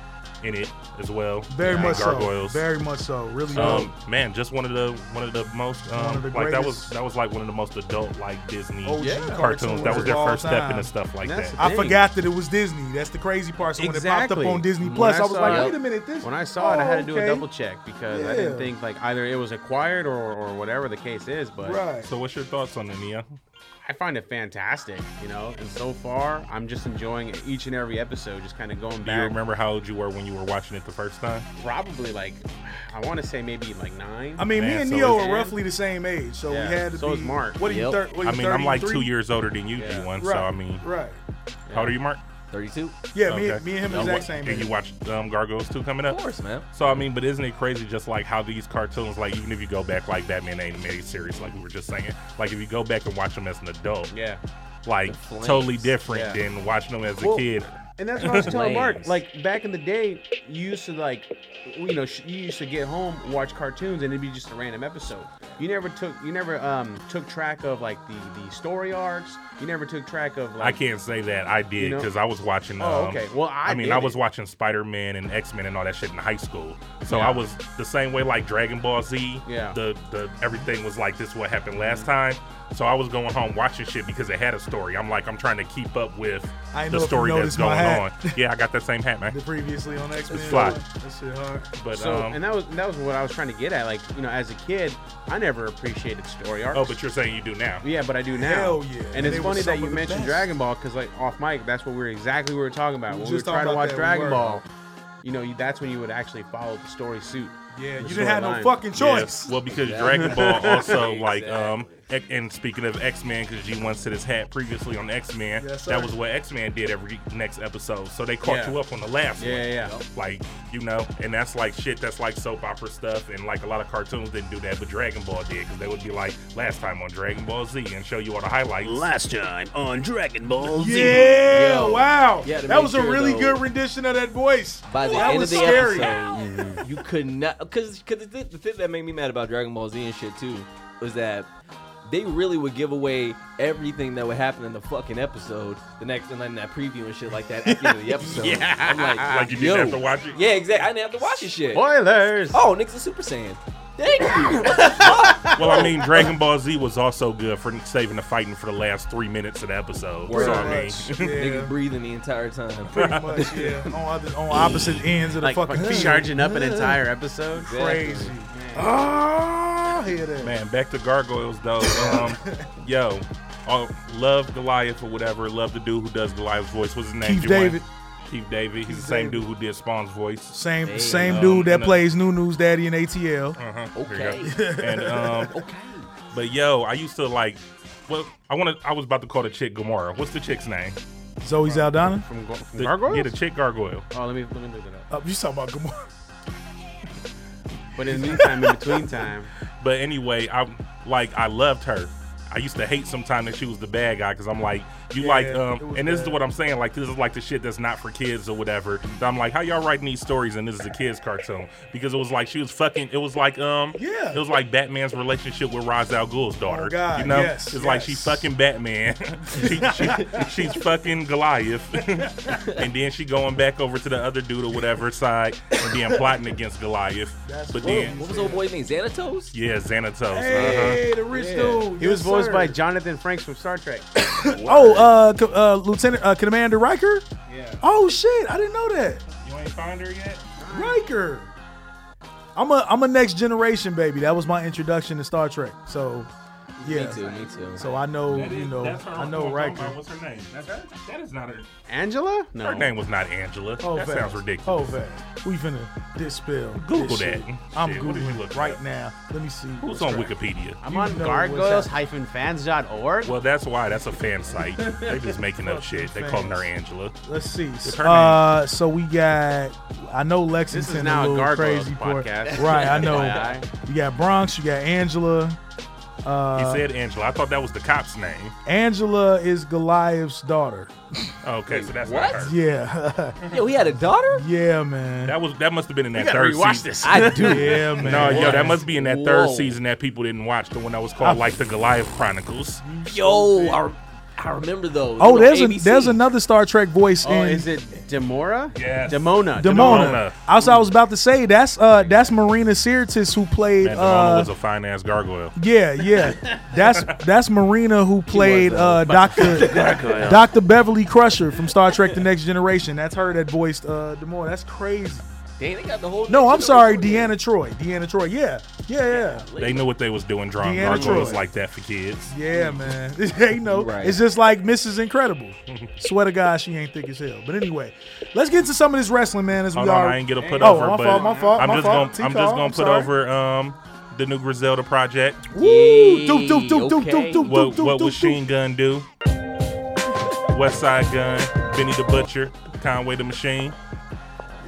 E: in it as well.
C: Very
E: and
C: much so.
E: Gargoyles.
C: Very much so. Really.
E: Um,
C: dope.
E: man, just one of the one of the most
C: One
E: um,
C: of the
E: like that was
C: greatest-
E: that was like one of the most adult like Disney
C: OG
E: cartoons. That was their
C: of all
E: first step
C: time.
E: into stuff like
A: That's
E: that.
C: I
A: Dang.
C: forgot that it was Disney. That's the crazy part. So when it popped up on Disney
A: When
C: Plus, I, was
A: saw
C: like,
A: it-
C: wait a minute, this. Oh,
A: When I saw it, I had to do
C: okay.
A: a double check because I
C: Yeah.
A: didn't think like either it was acquired or, or whatever the case is. But
C: Right.
E: So what's your thoughts on the Nia?
A: I find it fantastic, you know. And so far, I'm just enjoying each and every episode, just kind of going
E: Do you
A: back.
E: remember how old you were when you were watching it the first time?
A: Probably like, I want to say maybe like nine.
C: I mean, me
E: Man,
C: and
E: so
C: Neo
E: is-
C: are roughly the same age, so
A: Yeah,
C: we had to
A: so
C: be.
A: is Mark.
C: What are you?
B: Yep.
C: Thir- what are
E: I
C: you,
E: mean, I'm like
C: 33?
E: two years older than you,
A: Yeah.
E: D one.
C: Right.
E: So I mean,
C: right?
E: how old are you, Mark?
B: 32?
C: Yeah, me,
E: Okay.
C: me and him
E: Y'all
C: exact
E: wa-
C: same
E: And
C: age.
E: you watch um, Gargoyles two coming up.
B: Of course, man.
E: So I mean, but isn't it crazy just like how these cartoons, like even if you go back like Batman the animated series, like we were just saying, like if you go back and watch them as an adult,
A: yeah.
E: like
B: flames.
E: totally different
A: Yeah.
E: than watching them as a
A: Well,
E: kid.
A: And that's what I was telling Mark.
B: Lanes.
A: Like back in the day, you used to like, you know, sh- you used to get home, watch cartoons, and it'd be just a random episode. You never took, you never um took track of like the the story arcs. You never took track of
E: I
A: like.
E: can't say that I did
A: know-
E: because I was watching.
A: Oh,
E: um,
A: okay. Well, I
E: mean,
A: did
E: I was
A: it.
E: watching Spider Man and X Men and all that shit in high school. So
A: Yeah.
E: I was the same way, like Dragon Ball Z.
A: Yeah.
E: The the everything was like this. What happened last time? So I was going home watching shit because it had a story. I'm like, I'm trying to keep up with
C: I know
E: the
C: if you
E: story
C: noticed
E: that's
C: my
E: going on.
C: hat.
E: Yeah, I got that same hat, man.
C: The previously on X Men.
E: fly.
C: That shit hard.
E: But
A: So
E: um,
A: and that was that was what I was trying to get at. Like you know, as a kid, I never appreciated story arcs.
E: oh, but you're saying you do now.
A: Yeah, but I do now.
C: Hell yeah.
A: And
C: And
A: it's
C: they were
A: funny that
C: some
A: you
C: of the
A: mentioned
C: best.
A: Dragon Ball because, like, off mic, that's what we were exactly we were talking about.
C: We
A: when we were
C: just
A: trying to
C: talking about
A: watch
C: that
A: Dragon
C: word.
A: Ball, you know, you, that's when you would actually follow the story suit.
C: Yeah,
A: the
C: you didn't have
A: storyline.
C: no fucking choice.
E: Yeah, well, because Dragon Ball also like um. ex- And speaking of X Men, because G One said his hat previously on X Men,
C: Yes, sir.
E: that was what X Men did every next episode. So they caught
A: Yeah.
E: you up on the last
A: Yeah,
E: one.
A: yeah, yeah.
E: Like you know, and that's like shit. That's like soap opera stuff, and like a lot of cartoons didn't do that, but Dragon Ball did because they would be like last time on Dragon Ball Z and show you all the highlights.
G: Last time on Dragon Ball Z.
C: Yeah,
B: Yo.
C: wow.
B: Yeah, to
C: that
B: make
C: was a
B: sure,
C: really
B: though,
C: good rendition of that voice.
B: By the
C: that
B: end
C: was
B: of the
C: scary.
B: episode, you could not because because the, the thing that made me mad about Dragon Ball Z and shit too was that they really would give away everything that would happen in the fucking episode the next and then that preview and shit like that at the end of the episode.
E: Yeah.
B: I'm like,
E: Like you
B: yo.
E: didn't have to watch it.
B: Yeah, exactly. I didn't have to watch this shit.
A: Spoilers!
B: Oh, niggas a Super Saiyan. Thank you.
E: Well, I mean, Dragon Ball Z was also good for saving the fighting for the last three minutes of the episode. So I mean,
C: Pretty much,
B: Niggas
C: yeah.
B: breathing the entire time.
C: Pretty much, yeah. On, other, on opposite ends of the
A: Like,
C: fucking
A: fucking
C: field.
A: charging up an entire episode.
C: Crazy. Ah, hear that.
E: Man, back to gargoyles though. Um, yo, oh, love Goliath or whatever. Love the dude who does Goliath's voice. What's his name?
C: Keith
E: Juwan?
C: David.
E: Keith David. He's the
C: Keith
E: same
C: David.
E: dude who did Spawn's voice.
C: Same
B: Hey,
C: same
A: uh,
E: um,
C: dude that
E: no.
C: plays New News Daddy in ATL.
E: There you
B: Okay.
E: go. and um, but yo, I used to like. Well, I wanna. I was about to call the chick Gamora. What's the chick's name?
C: Zoe
A: uh,
C: Zaldana.
A: From, Gar- from
E: The,
A: Gargoyles?
E: Yeah, the chick gargoyle.
A: oh, let me, let me look it up.
C: Oh, you talking about
A: Uh-huh.
C: Gamora?
A: But in the meantime, in between time,
E: But anyway, I like I loved her. I used to hate sometimes that she was the bad guy because I'm like, you like,
C: it
E: um,
C: was
E: and this is
C: bad.
E: what I'm saying. Like, this is like the shit that's not for kids or whatever. So I'm like, how y'all writing these stories and this is a kids cartoon? Because it was like she was fucking. It was like, um,
C: Yeah. Oh,
E: it was like Batman's relationship with Ra's al Ghul's daughter.
C: God,
E: you know,
C: yes,
E: it's like she
C: yes.
E: fucking Batman. she, she, she's fucking Goliath, and then she going back over to the other dude or whatever side and then plotting against Goliath. but then.
B: What was old boy's name? Xanatos?
E: Yeah, Xanatos. Uh-huh.
C: Hey, the rich dude.
A: he was voiced by Jonathan Franks from Star Trek.
C: Oh, uh, co- uh, Lieutenant uh, Commander Riker.
A: Yeah.
C: Oh shit, I didn't know that.
E: You ain't find her yet?
C: Riker. I'm a I'm a next generation baby. That was my introduction to Star Trek. So, yeah.
B: Me too. Me too.
C: So I know you know I know Riker.
E: What's her name? that is not her.
A: Angela? No.
E: Her name was not Angela.
C: Oh,
E: that
C: fast.
E: sounds ridiculous.
C: Oh, fast. We finna dispel.
E: Google
C: this
E: that.
C: shit. I'm
E: Shit, what did we
C: googling
E: look
C: right
E: up?
C: now. Let me see.
E: Who's on Wikipedia?
A: I'm
C: You
A: on
C: know
A: gargoyles
C: what's
A: fans.org.
E: Well, that's why. That's a fan site. they just making up shit. They calling her Angela.
C: Let's see.
E: her
C: Uh, so we got. I know Lexington.
A: This is now a
C: little
A: Gargoyles
C: crazy part.
A: podcast.
C: Right. I
A: FYI.
C: know. you got Bronx. You got Angela. Uh,
E: he said Angela. I thought that was the cop's name.
C: Angela is Goliath's daughter.
E: Okay, so that's
B: what?
E: not her.
C: Yeah.
B: Yo, he had a daughter?
C: yeah, man.
E: That was that must have been in that
A: gotta
E: third
A: rewatch
E: season.
A: this.
B: I do.
C: yeah, man.
E: No, yo, that
C: Yes.
E: must be in that third
B: Whoa.
E: season that people didn't watch. The one that was called like the Goliath Chronicles.
B: Yo, I, I remember those.
C: Oh,
B: Little
C: there's a,
B: ABC.
C: there's another Star Trek voice
A: Oh,
C: in
A: is it Demora?
E: Yes.
A: Demona.
C: Demona.
E: Demona.
C: Also, I was about to say that's uh that's Marina Sirtis who played
E: Man, Ramona
C: uh
E: was a fine ass gargoyle.
C: yeah yeah that's that's Marina who played uh Doctor
G: Gargoyle.
C: Doctor Beverly Crusher from Star Trek: The Next Generation. That's her that voiced uh Demora. That's crazy.
B: Dang, they got the whole.
C: No,
B: next
C: I'm sorry,
B: generation.
C: Deanna Troy. Deanna Troy. Yeah, yeah,
E: They knew what they was doing, drawing
C: Deanna
E: gargoyles
C: Troy.
E: like that for kids.
C: yeah, yeah, man. they know.
F: Right.
C: It's just like Mrs. Incredible. Swear to God, she ain't thick as hell. But anyway, let's get into some of this wrestling, man. As
E: Hold
C: we
E: on,
C: are,
E: I ain't get a put
C: Oh,
E: over,
C: my
E: but
C: fault, my fault,
E: I'm
C: my
E: just
C: fault.
E: gonna I'm
C: T-call,
E: just gonna
C: I'm
E: put
C: sorry.
E: over um the new Griselda project.
C: Woo!
B: Yay,
C: Doop, doop, doop, doop,
B: okay.
C: doop, doop,
E: What
C: doop,
E: what
C: doop,
E: would
C: doop.
E: Sheen Gun do? West Side Gun, Benny the Butcher, Conway the Machine.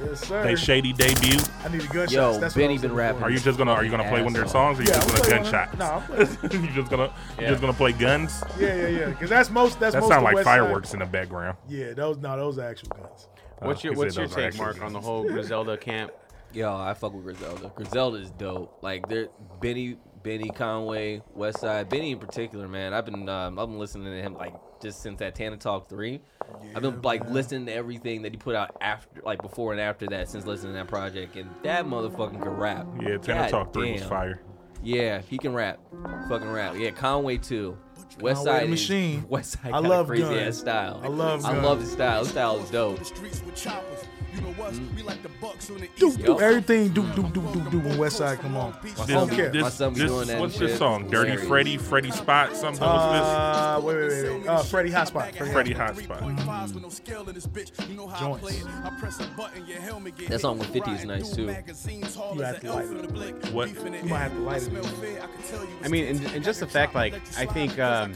C: Yes, sir.
E: They shady debut.
C: I need a gunshot.
B: Yo, Benny
C: That's what I was
B: been
C: looking
B: rapping.
C: for.
E: Are you just gonna are you gonna play one of their songs or you
C: Yeah,
E: just
C: I'm
E: gonna
C: playing
E: gunshots?
C: one of-
E: you just gonna you just gonna play guns?
C: Yeah, yeah, yeah. Because that's most. That's
E: That
C: most
E: sound
C: of
E: like
C: West Side.
E: fireworks in the background.
C: Yeah, those no, those are actual guns.
A: What's your
E: Uh, he
A: What's
E: said
A: your
E: those are
A: take,
E: actual
A: Mark, on the whole Griselda camp?
B: Yo, I fuck with Griselda. Griselda is dope. Like they're Benny, Benny Conway, Westside, Benny in particular, man. I've been um, I've been listening to him like just since that Tana Talk three. I've been like listening to everything that he put out after, like before and after that, since listening to that project. And that motherfucking can rap.
E: Yeah, Tanner
B: God
E: Talk Three was
B: damn.
E: fire.
B: Yeah, he can rap, fucking rap. Yeah, Conway too.
C: Conway the
B: Westside
C: Machine.
B: Is, Westside
C: I
B: got
C: love
B: a crazy
C: Gunn.
B: ass style.
C: I love
B: I
C: Gunn.
B: love his style. His style is dope.
C: Do do everything. Do do do do do when West Side come on. I
E: This,
C: don't care.
E: this,
B: My son be
E: this-
B: doing that
E: what's
B: shit.
E: this song? Dirty
B: Hilarious.
E: Freddy, Freddy Spot, something. was
C: Uh, wait, wait, wait, wait. Uh, Freddie Hotspot.
E: this? Freddy Hotspot.
C: Joints.
B: That song with 50 is nice too.
C: You have to light it.
E: What?
C: You might have to light it.
A: I mean, and, and just the fact, like, I think, um,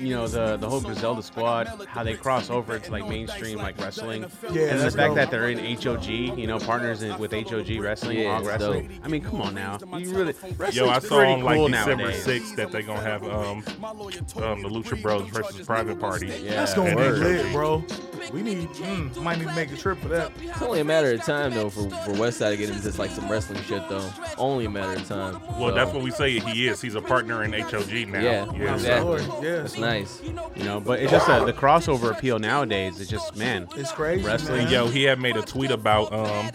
A: you know, the the whole Griselda squad, how they cross over into like mainstream like wrestling,
C: Yeah,
A: and the
C: that's
A: fact
C: dope.
A: that they're in HOG, you know, partners in, with HOG wrestling,
B: Yeah,
A: Hog
B: it's
A: wrestling. I mean, come on now, you really wrestling's
E: Yo, I saw
A: pretty
E: on like
A: cool
E: December
A: nowadays.
E: sixth that they gonna have um um the Lucha Bros versus Private Party.
B: Yeah.
C: That's gonna be
E: Word.
C: lit, bro. We need. Mm, might need to make a trip for that.
B: It's only a matter of time though for, for Westside to get into like some wrestling shit though. Only a matter of time.
E: Well,
B: So,
E: that's what we say he is. He's a partner in HOG now.
B: Yeah,
E: so-
B: exactly.
C: Lord, yeah.
B: That's nice.
A: You know, but it's just a, the crossover appeal nowadays. It's just man,
C: It's crazy.
A: Wrestling,
C: man.
E: Yo, he had made a tweet about um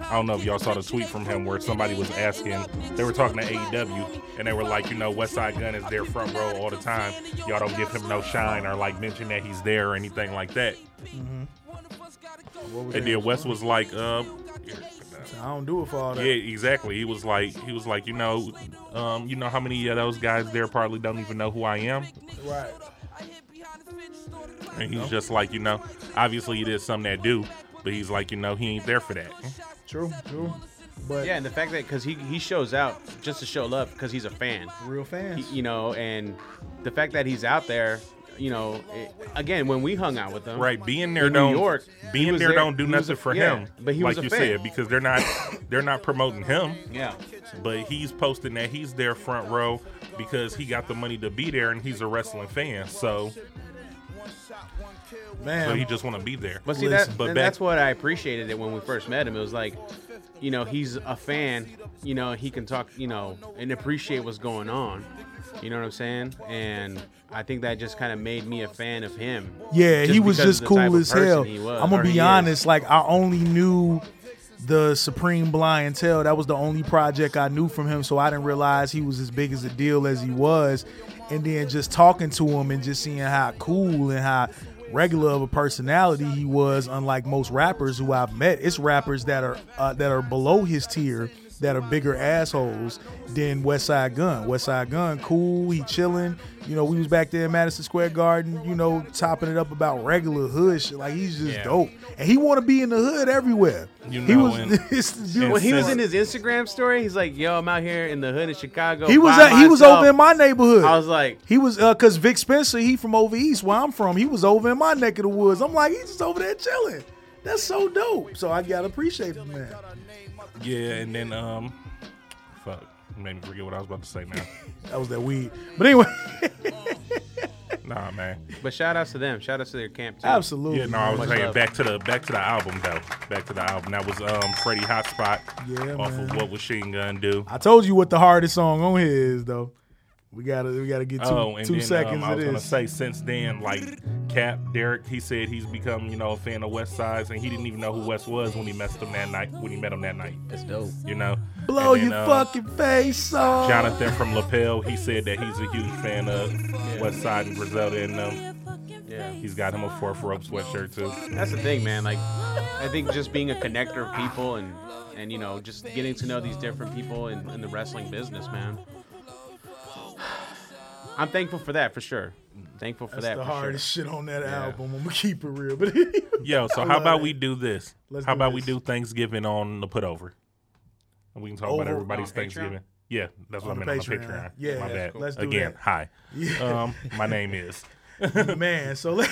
E: I don't know if y'all saw the tweet from him where somebody was asking they were talking to AEW and they were like, you know, Westside Gun is their front row all the time. Y'all don't give him no shine or like mention that he's there or anything like that.
B: Mm-hmm.
E: And then West was like, uh
C: I don't do it for all
E: yeah,
C: that.
E: exactly. He was like he was like, you know, um, you know how many of those guys there probably don't even know who I am?
C: Right.
E: And he's just like, you know, obviously it is some that do, but he's like, you know, he ain't there for that.
C: True. True. But
A: yeah, and the fact that because he he shows out just to show love because he's a fan.
C: real fans.
A: you know, and the fact that he's out there, you know, it, again, when we hung out with him,
E: Right, being there
A: in New
E: don't
A: York, he
E: being
A: was
E: there, don't do
A: He was
E: nothing
A: a-
E: for
A: yeah,
E: him.
A: But he
E: like
A: was a
E: you
A: fan.
E: said because they're not they're not promoting him,
A: yeah,
E: but he's posting that he's their front row because he got the money to be there and he's a wrestling fan. So, so he
C: Man.
E: just want to be there.
A: but see
C: Listen,
A: that,
E: but
A: and
E: back-
A: that's what I appreciated it when we first met him. It was like, you know, he's a fan. You know, he can talk, you know, and appreciate what's going on. You know what I'm saying? And I think that just kind of made me a fan of him.
C: Yeah, he was
A: because of
C: just
A: the type
C: cool
A: of
C: as
A: person
C: hell.
A: he was,
C: I'm gonna
A: or he
C: be
A: is.
C: honest. Like I only knew the Supreme Blind Tail. That was the only project I knew from him. So I didn't realize he was as big as a deal as he was. And then just talking to him and just seeing how cool and how regular of a personality he was, unlike most rappers who I've met. It's rappers that are uh, that are below his tier. That are bigger assholes than West Side Gun. West Side Gun, cool, he chilling. You know, we was back there in Madison Square Garden, you know, topping it up about regular hood shit. Like he's just dope. And he wanna be in the hood everywhere.
E: You
C: he
E: know,
C: was
E: and-
C: it's beautiful.
A: When he was
E: Since-
A: in his Instagram story, he's like, "Yo, I'm out here in the hood in Chicago."
C: He was
A: by
C: at, he was
A: myself."
C: over in my neighborhood.
A: I was like-
C: he was uh, cause Vic Spencer, he from over east where I'm from. He was over in my neck of the woods. I'm like, he's just over there chilling. That's so dope. So I gotta appreciate him, man.
E: yeah, and then um, fuck, you made me forget what I was about to say now.
C: That was that weed. But anyway,
E: nah, man.
A: But shout outs to them. Shout outs to their camp. Too.
C: absolutely.
E: Yeah, no, I was
A: Much
E: saying
A: love.
E: back to the back to the album though. Back to the album. That was um Freddie Hotspot
C: Yeah,
E: off
C: man.
E: of What Was Sheen Gun Do.
C: I told you what the hardest song on here is though. We gotta we gotta get two
E: Oh, and
C: two
E: then,
C: seconds
E: um, I
C: of
E: was gonna
C: this.
E: say since then, like Cap Derek, he said he's become you know a fan of West Sides, and he didn't even know who West was when he messed him that night. When he met him that night,
B: That's dope.
E: you know.
C: Blow
E: And then,
C: your
E: um,
C: fucking face off.
E: Jonathan from Lapel, he said that he's a huge fan of West Side and Griselda and them.
A: Yeah.
E: He's got him a fourth rope sweatshirt too.
A: That's the thing, man. Like, I think just being a connector of people and and you know just getting to know these different people in, in the wrestling business, man. I'm thankful for that for sure. Thankful for
C: That's
A: that.
C: the
A: for sure.
C: hardest shit on that
A: Yeah.
C: album. I'm gonna keep it real, but
E: Yo, so
C: I
E: how
C: love
E: about
C: it.
E: we do this?
C: Let's
E: how
C: do
E: about we
C: this.
E: do Thanksgiving on the putover? And we can talk
C: Over
E: about everybody's
A: on Patreon?
E: Thanksgiving. Yeah, that's what
C: On
E: I
C: the
E: meant on the
C: Patreon.
E: Patreon.
C: Yeah,
E: my
C: that's
E: bad.
C: cool. Let's do
E: Again,
C: that.
E: hi. Um, my name is.
C: man, so let-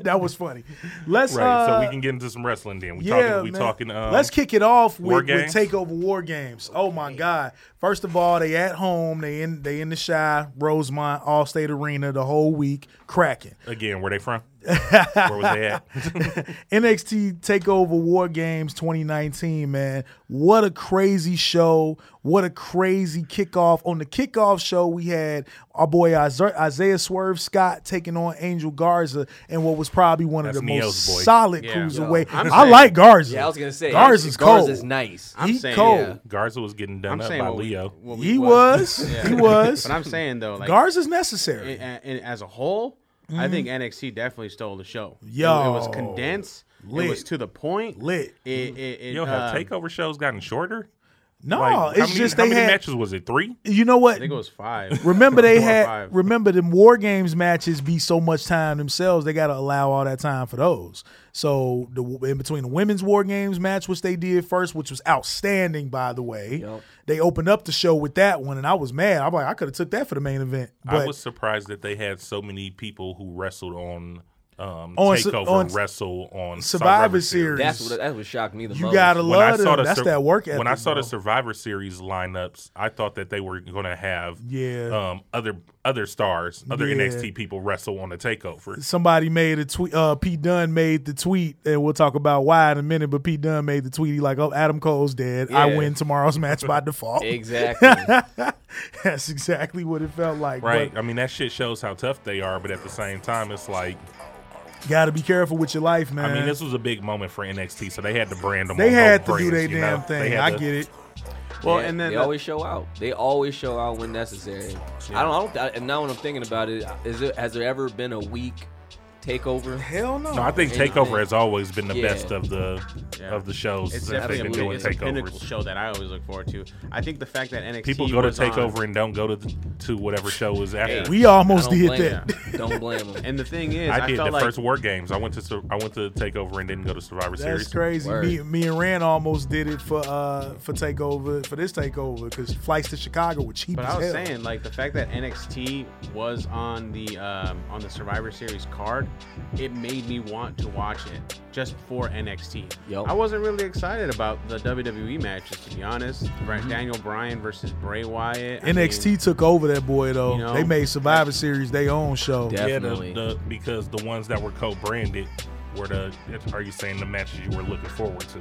C: that was funny. Let's
E: Right, so we
C: uh,
E: can get into some wrestling then. We
C: yeah,
E: talking. We
C: man.
E: talking. Um,
C: Let's kick it off
E: War
C: with, with
E: Games?
C: takeover war games. Oh my god! First of all, they at home. They in they in the shy Rosemont Allstate Arena the whole week, cracking.
E: again. Where they from? Where was they at?
C: NXT Takeover War Games 2019, man. What a crazy show. What a crazy kickoff. On the kickoff show, we had our boy Isa- Isaiah Swerve Scott taking on Angel Garza and what was probably one
E: That's
C: of the
E: Neo's
C: most
E: boy.
C: solid
A: Yeah.
C: cruiserweight.
A: Yeah. I'm
C: I
A: saying-
C: like Garza.
B: Yeah, I was gonna say
C: Garza's
B: actually,
C: cold.
B: Garza's nice.
A: I'm
C: He
A: saying,
C: cold.
A: yeah.
E: Garza was getting done
A: I'm
E: up
A: saying
E: by
A: what we-
E: Leo.
A: what we
C: He was.
A: Yeah.
C: He was.
A: But I'm saying though, like eh,
C: Garza's necessary.
A: a- a- as a whole, I think NXT definitely stole the show. It- it, was
C: Mm-hmm. Yo.
A: condensed.
C: Lit.
A: It was to the point.
C: Lit.
A: It, it, it,
E: Yo,
A: uh,
E: have takeover shows gotten shorter?
C: No,
E: Like,
C: Oh, it's
E: how many,
C: just
E: how
C: they
E: many
C: had.
E: matches was it? Three?
C: You know what?
A: I think it was five.
C: Remember they
A: Four or
C: had
A: five.
C: remember them war games matches be so much time themselves. They got to allow all that time for those. So the in between the women's war games match, which they did first, which was outstanding by the way. They opened up the show with that one, and I was mad. I'm like, I could have took that for the main event,
E: I
C: but
E: was surprised that they had so many people who wrestled on um,
C: On su-
E: takeover
C: on
E: wrestle on
C: Survivor Series.
B: That's what that what shocked me the
C: you
B: most.
C: gotta love them. That's
E: Sur-
C: that work ethic.
E: when I saw
C: bro.
E: the Survivor Series lineups, I thought that they were going to have
C: Yeah.
E: um, other other stars, other
C: Yeah.
E: NXT people wrestle on the takeover.
C: somebody made a tweet. Uh, Pete Dunn made the tweet, and we'll talk about why in a minute. But Pete Dunn made the tweet. He like, oh, Adam Cole's dead. I
B: Yeah.
C: win tomorrow's match by default.
B: exactly.
C: That's exactly what it felt like.
E: Right? I mean, that shit shows how tough they are, but at the same time, it's like
C: But gotta be careful with your life, man.
E: I mean, this was a big moment for NXT, so they had to brand them.
C: they
E: on
C: had to
E: both
C: do
E: brands,
C: their
E: you
C: damn
E: know? They
C: thing.
E: had
C: I
E: to-
C: get it.
A: well,
B: Yeah,
A: and then
B: they
A: the-
B: always show out. They always show out when necessary. I don't. I don't and now when I'm thinking about it, is it has there ever been a weak takeover?
C: Hell no.
E: No, I think
B: Anything.
E: Takeover has always been the
B: Yeah.
E: best of the
A: Yeah.
E: of the shows
A: It's
E: that
A: definitely a,
E: they've been
A: pin-
E: doing
A: it's a pinnacle
E: takeovers.
A: show that I always look forward to. I think the fact that NXT
E: People go to
A: was on-
E: Takeover and don't go to the, to whatever show is after.
C: we almost
B: I
C: did
B: don't
C: that.
B: blame 'em. Don't blame them.
A: and the thing is, I,
E: I did
A: felt
E: the
A: like
E: first War Games. I went to Sur- I went to Takeover and didn't go to Survivor
C: That's
E: Series.
C: crazy.
B: Word.
C: Me, me and Rand almost did it for uh for takeover for this takeover because flights to Chicago were cheap
A: But
C: as
A: I was
C: hell.
A: saying, like the fact that NXT was on the um, on the Survivor Series card, it made me want to watch it just for NXT.
B: Yup.
A: I wasn't really excited about the WWE matches, to be honest. Right, Daniel Bryan versus Bray Wyatt. I
C: NXT
A: mean,
C: took over that boy though.
A: you know,
C: they made Survivor Series their own show.
E: Yeah, the,
B: Definitely.
E: the, because the ones that were co-branded were the. Are you saying the matches you were looking forward to,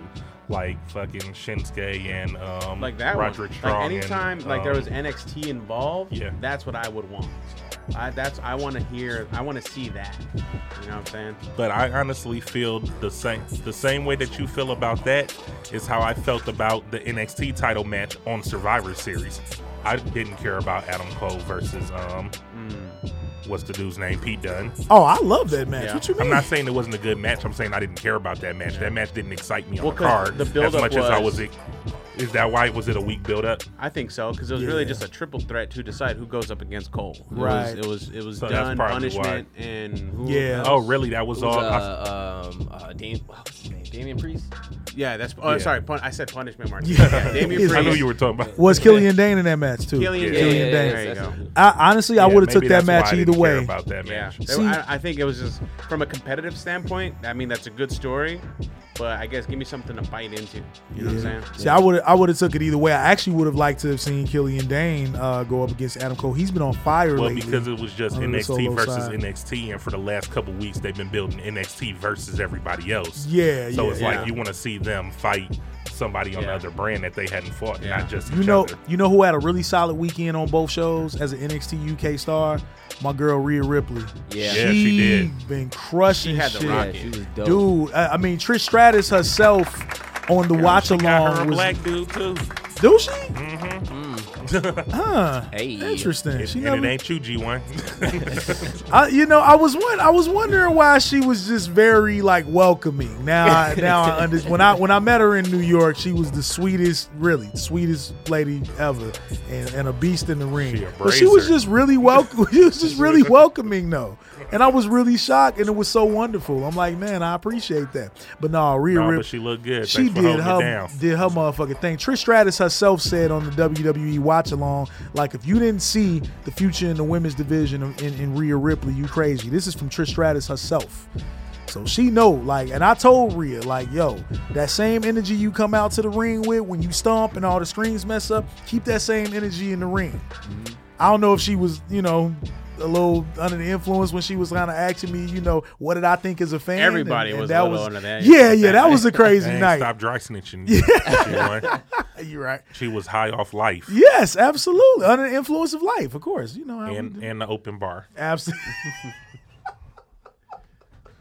E: like fucking Shinsuke and um,
A: like that
E: Roderick
A: one.
E: Strong?
A: Like anytime,
E: and,
A: like there
E: um,
A: was NXT involved,
E: Yeah.
A: that's what I would want. I that's I want to hear. I want to see that. You know what I'm saying?
E: but I honestly feel the same the same way that you feel about that is how I felt about the NXT title match on Survivor Series. I didn't care about Adam Cole versus um what's the dude's name? Pete Dunne.
C: Oh, I love that match.
A: Yeah.
C: What you mean?
E: I'm not saying it wasn't a good match. I'm saying I didn't care about that match. That match didn't excite me on
A: Well,
E: the
A: 'cause
E: card
A: the
E: as
A: buildup
E: much as I
A: was-
E: was. ex- Is that why was it a weak build up?
A: I think so because it was really
C: Yeah.
A: just a triple threat to decide who goes up against Cole. It
C: Right.
A: Was, it was it was
E: So that's
A: done
E: probably
A: punishment and who
C: Yeah.
E: Oh, really? That was
B: It was,
E: all. I-
B: uh, um, uh, Dam- what's his name? Damian Priest.
A: yeah. That's oh
E: Yeah.
A: sorry. Pun- I said punishment. Martin.
C: Yeah.
A: Yeah. Damian
C: I
A: Priest.
E: I knew you were talking about.
C: Was Killian Dane in that match too?
A: Killian
E: Yeah.
A: Dane.
C: Killian Dane.
A: There you go.
C: I honestly, I
E: Yeah,
C: would have took
E: maybe
C: that
E: that's why
C: match
E: I
C: either
E: didn't care
C: way.
E: about that
A: Yeah.
E: match.
C: See-
A: I, I think it was just from a competitive standpoint. I mean, that's a good story, but I guess give me something to bite into. You know what I'm saying?
C: See, I would I would have took it either way. I actually would have liked to have seen Killian Dane uh, go up against Adam Cole. He's been on fire
E: Well,
C: lately.
E: because it was just
C: on the solo
E: NXT versus
C: side.
E: NXT, and for the last couple weeks they've been building NXT versus everybody else.
C: Yeah,
E: So
C: yeah,
E: it's
A: yeah.
E: like you want to see them fight somebody on the
A: Yeah.
E: other brand that they hadn't fought,
A: Yeah.
E: not just
C: you
E: each
C: know
E: other.
C: you know who had a really solid weekend on both shows as an NXT UK star, my girl Rhea Ripley.
B: Yeah.
E: Yeah, she did.
C: Been crushing
A: She had the
C: shit.
A: rocket.
B: she was dope.
C: Dude, I, I mean Trish Stratus herself on the watch
E: She got her Mm-hmm.
C: along
E: a
C: was
E: black dude too.
C: do she?
A: Mm.
F: Hey,
C: Interesting. She
E: and
C: never-
E: it ain't you, G1.
C: I, you know, I was one. I was wondering why she was just very like welcoming. Now, I, now I understand. When I when I met her in New York, she was the sweetest, really sweetest lady ever, and, and a beast in the ring.
E: She a
C: but she was
E: brazer.
C: just really welcome. she was just really welcoming though, and I was really shocked, and it was so wonderful. I'm like, man, I appreciate that. But no, Rhea
E: no,
C: Rip-
E: but she looked good.
C: she
E: Thanks for
C: did
E: holding
C: her
E: it down.
C: did her motherfucking thing. Trish Stratus herself said on the WWE watch along, like if you didn't see the future in the women's division in, in, in Rhea Ripley, you crazy. This is from Trish Stratus herself. So she know, like, and I told Rhea, like, yo, that same energy you come out to the ring with when you stomp and all the screens mess up, keep that same energy in the ring. I don't know if she was, you know, a little under the influence when she was kind of asking me, you know, what did I think as a fan?
A: Everybody was a little under that
C: Yeah, yeah,
A: influence.
C: that was a crazy
E: Dang,
C: night.
E: Stop dry snitching. G1.
C: You're right.
E: She was high off life
C: Yes, absolutely. Under the influence of life, of course. You know how we
E: and,
C: do.
E: and the open bar.
C: Absolutely.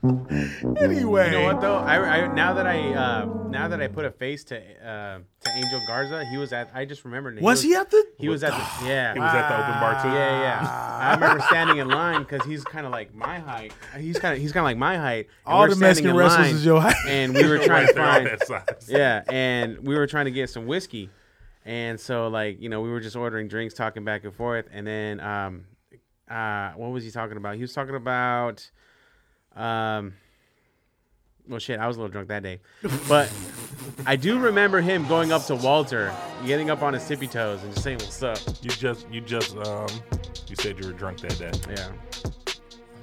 C: anyway.
A: You know what though? I, I now that I uh, now that I put a face to uh, to Angel Garza, he was at. I just remembered.
C: Was he at the-
A: He was at the. Yeah.
E: He was at the open bar too.
A: Ah, Yeah, yeah. I remember standing in line because he's kind of like my height. He's kind of he's kind of like my height. and
C: All
A: we're
C: the
A: standing
C: Mexican
A: in
C: wrestlers
A: line,
C: is your height.
A: And we were trying to
E: Right
A: find.
E: there, all that size.
A: Yeah, and we were trying to get some whiskey, and so like you know we were just ordering drinks, talking back and forth, and then um, uh, what was he talking about? He was talking about um, well shit, I was a little drunk that day, but I do remember him going up to Walter, getting up on his tippy toes, and just saying what's up.
E: You just, you just, um, you said you were drunk that day.
A: Yeah,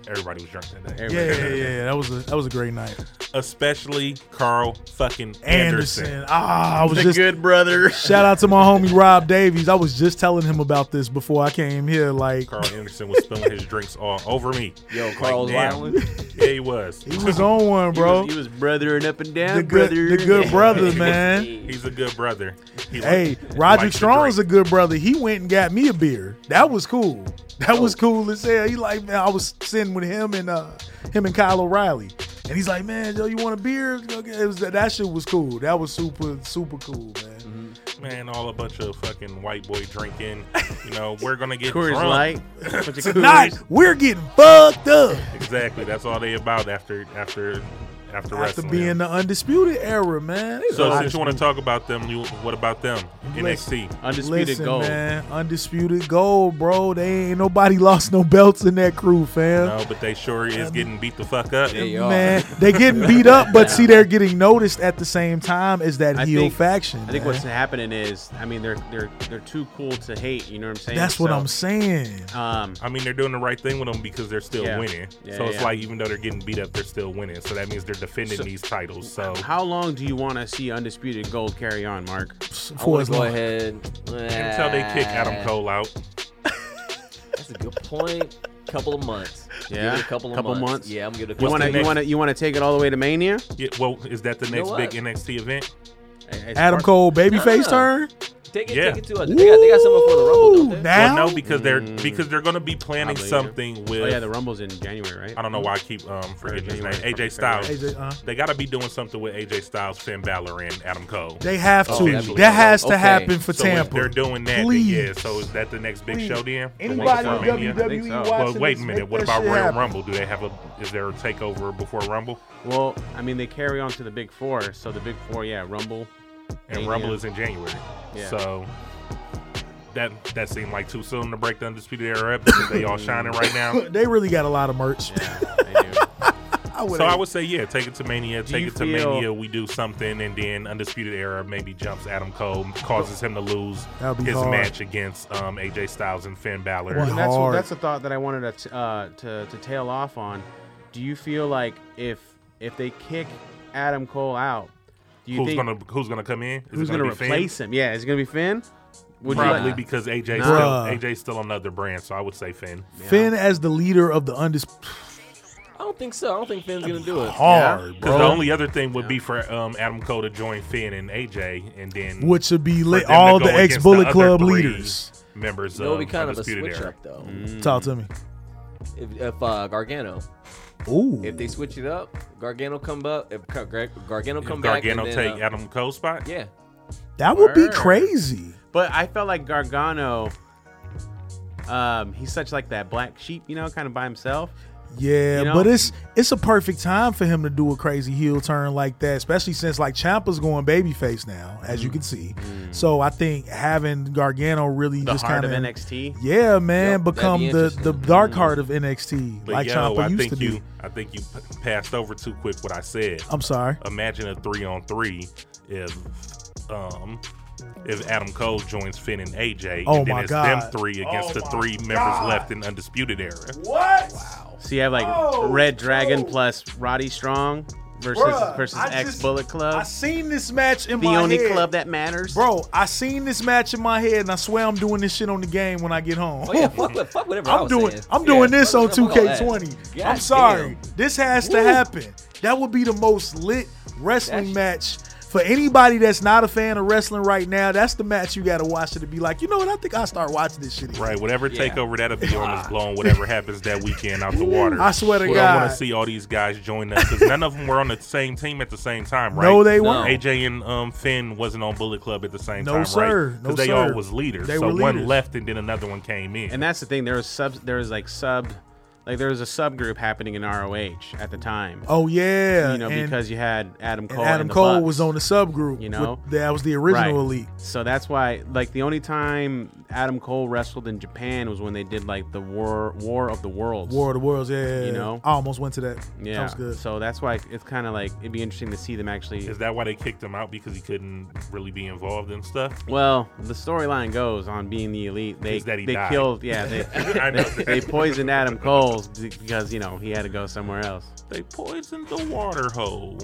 E: Everybody was drunk that day.
C: Yeah,
A: everybody.
C: yeah, yeah, yeah. That was a that was a great night.
E: Especially Carl fucking
C: Anderson.
E: Anderson.
C: Ah, I was just
A: good brother.
C: shout out to my homie Rob Davies. I was just telling him about this before I came here. Like
E: Carl Anderson was spilling his drinks all over me.
F: yo, Carl was
E: damn.
F: wildin'.
E: Yeah, he was.
C: he was on one, bro.
A: he was, he was brothering up and down,
C: the good,
A: brother.
C: the good brother, man.
E: He's a good brother. He
C: Hey,
E: likes-
C: Roger
E: likes to
C: Strong's a
E: drink.
C: good brother. He went and got me a beer. That was cool. That was
E: Oh.
C: cool as hell. He like, man, I was sitting with him and uh him and Kyle O'Reilly. And he's like, man, yo, you want a beer? Go get- It was, that shit was cool. That was super, super cool, man.
E: man. All a bunch of fucking white boy drinking. You know, we're gonna get
A: Coors
E: drunk.
A: Light. Bunch of
C: Tonight,
A: Coors.
C: we're getting fucked up.
E: Exactly. That's all they about after after after
C: After
E: wrestling.
C: being the undisputed era, man.
E: so since you want to talk about them, you, what about them? NXT.
A: Undisputed
C: Listen,
A: gold.
C: man, undisputed gold, bro. They ain't nobody lost no belts in that crew, fam.
E: No, but they sure
C: Um,
E: is getting beat the fuck up.
F: Yeah, y'all.
C: Man, they getting beat up, but see, they're getting noticed at the same time as that
A: I
C: heel
A: think-
C: faction.
A: I think
C: man.
A: what's happening is, I mean, they're they're they're too cool to hate. You know what I'm saying?
C: that's what
A: So,
F: uh,
C: I'm saying.
A: Um,
E: I mean, they're doing the right thing with them because they're still
A: Yeah.
E: winning.
A: Yeah,
E: so it's
A: yeah.
E: like even though they're getting beat up, they're still winning. So that means they're defending
A: So-
E: these titles. So
A: how long do you want to see undisputed gold carry on, Mark?
F: I
C: For
F: want
C: as
F: to go
C: long-
F: ahead.
E: until they kick Adam
F: Ah,
E: Cole out,
F: That's a good point. Couple of months. Give
A: Yeah,
F: it a couple of
A: couple
F: months.
A: months.
F: Yeah, I'm gonna.
A: You want to
E: the
A: you
E: next-
A: want to you want to take it all the way to Mania?
E: yeah, well, is that the
F: know
E: next
F: what?
E: big NXT event?
A: As
C: Adam
A: far-
C: Cole babyface
F: Nah.
C: turn.
F: take it.
E: Yeah.
F: Take it to a. They got, they got something for the rumble, don't they?
C: Ooh,
E: Well,
C: Now,
E: no, because they're
A: Mm.
E: because they're going to be planning
A: Probably, yeah.
E: something with.
A: Oh yeah, the Rumble's in January, right?
E: I don't know why I keep um, forgetting his name.
A: January, February.
E: AJ Styles.
C: AJ, uh-huh.
E: They got to be doing something with AJ Styles, Finn Balor, and Adam Cole.
C: they have to.
F: Oh, absolutely.
C: that has to
F: Okay.
C: happen for
E: so if
C: Tampa.
E: they're doing that, then
C: Please.
E: yeah. So is that the next big show then? The one
C: Anybody
E: before Mania?
A: I think
C: WWE
A: so.
C: watching?
E: Well, wait a
C: this,
E: minute.
C: E make
E: What
C: that
E: about
C: shit
E: Royal
C: happen.
E: Rumble? Do they have a? Is there a takeover before Rumble?
A: Well, I mean, they carry on to the Big Four, so the Big Four, yeah, Rumble.
E: And
A: Mania.
E: Rumble is in January,
A: Yeah.
E: so that that seemed like too soon to break the undisputed era up because they all shining right now.
C: They really got a lot of merch.
A: Yeah, they do.
C: I would.
E: So I would say, yeah, take it to Mania. Take
A: you
E: it to
A: feel-
E: Mania. We do something, and then Undisputed Era maybe jumps Adam Cole, causes him to lose
C: That'd be
E: his
C: hard.
E: match against um, AJ Styles and Finn Balor.
C: Well,
A: And that's
C: hard.
A: that's a thought that I wanted to, uh, to to tail off on. Do you feel like if if they kick Adam Cole out, do you
E: who's
A: think
E: gonna Who's gonna come in? Is it
A: who's going to
E: be Finn?
A: replace him? Yeah, is it going to be Finn? Would you
E: Probably
A: like-
E: because AJ
C: Bruh.
E: still AJ still another brand, so I would say Finn.
C: Finn as the leader of the undisputed.
F: I don't think so. I don't think Finn's gonna do it.
C: Hard,
E: Because
C: bro.
E: the only other thing would be for um, Adam Cole to join Finn and AJ, and then
C: which should be
E: for
C: lit,
E: them to
C: all
E: go
C: the
E: against
C: ex Bullet
E: other
C: Club
E: three
C: leaders.
E: members.
F: It'll
E: of
F: be kind of a
E: Undisputed
F: switch
E: Era.
F: up though.
A: Mm-hmm.
C: Talk to me.
F: Mm. If, if uh, Gargano,
C: Ooh,
F: if they switch it up, Gargano come up. If Gar- Gar- Gargano
E: If
F: come back,
E: Gargano
F: and then,
E: take
F: uh,
E: Adam Cole's spot.
F: yeah.
C: that would be
A: Word.
C: crazy.
A: But I felt like Gargano, um, he's such like that black sheep, you know, kind of by himself.
C: Yeah,
A: You know?
C: but it's it's a perfect time for him to do a crazy heel turn like that, especially since like Champa's going babyface now, as you can see. So I think having Gargano really
A: Mm-hmm. The
C: just
A: heart
C: kind
A: of NXT.
C: yeah, man,
F: Yep, that'd
C: become
F: be
C: the the
F: interesting.
C: dark heart of NXT
E: But
C: like
E: yo,
C: Champa
E: I
C: used
E: think
C: to
E: you,
C: be.
E: I think you p- passed over too quick what I said.
C: I'm sorry.
E: Imagine a three on three if, um, if Adam Cole joins Finn and AJ,
C: Oh
E: and then
C: my
E: it's them
C: God. Oh
E: three against the three members left in Undisputed Era.
A: So you have like
C: Oh,
A: Red Dragon plus Roddy Strong versus versus ex Bullet Club,
C: I seen this match in
A: the
C: my
A: only
C: head.
A: club that matters.
C: Bro, I seen this match in my head, and I swear I'm doing this shit on the game when I get home.
F: Oh yeah, fuck, what- fuck whatever I
C: I'm
F: was
C: doing
F: saying.
C: I'm doing
F: Yeah,
C: this
F: fuck-
C: on
F: fuck all that.
C: 2K20.
F: God
C: I'm sorry.
F: damn.
C: This has to happen. That would be the most lit wrestling match for anybody that's not a fan of wrestling right now. That's the match you got to watch to be like, you know what? I think I will start watching this shit. Again.
E: Right, whatever takeover that'll be on is blowing whatever happens that weekend out the water.
C: I swear to
E: we
C: God.
E: don't want to see all these guys join up because none of them were on the same team at the same time, right?
C: No, they
F: No.
C: weren't.
E: AJ and um, Finn wasn't on Bullet Club at the same
C: No,
E: time,
C: sir.
E: right?
C: No,
E: they
C: sir.
E: all was leaders.
C: They
E: so
C: were
E: one
C: leaders.
E: left and then another one came in.
A: And that's the thing. There was sub. There was like sub. Like there was a subgroup happening in ROH at the time.
C: Oh yeah,
A: you know,
C: and,
A: because you had Adam Cole.
C: and Adam
A: and the
C: Cole
A: Bucks.
C: was on the subgroup.
A: you know?
C: with- that was the original
A: Right.
C: elite.
A: So that's why, like, the only time Adam Cole wrestled in Japan was when they did like the War War of the Worlds.
C: War of the Worlds. Yeah,
A: You know?
C: I almost went to that.
A: Yeah.
C: that was good.
A: So that's why it's kind of like it'd be interesting to see them actually.
E: Is that why they kicked him out because he couldn't really be involved in stuff?
A: Well, the storyline goes on being the elite. They
E: Is that he
A: they
E: died.
A: killed. Yeah. They,
E: I know
A: they, they poisoned Adam Cole because you know he had to go somewhere else.
E: They poisoned the water hole.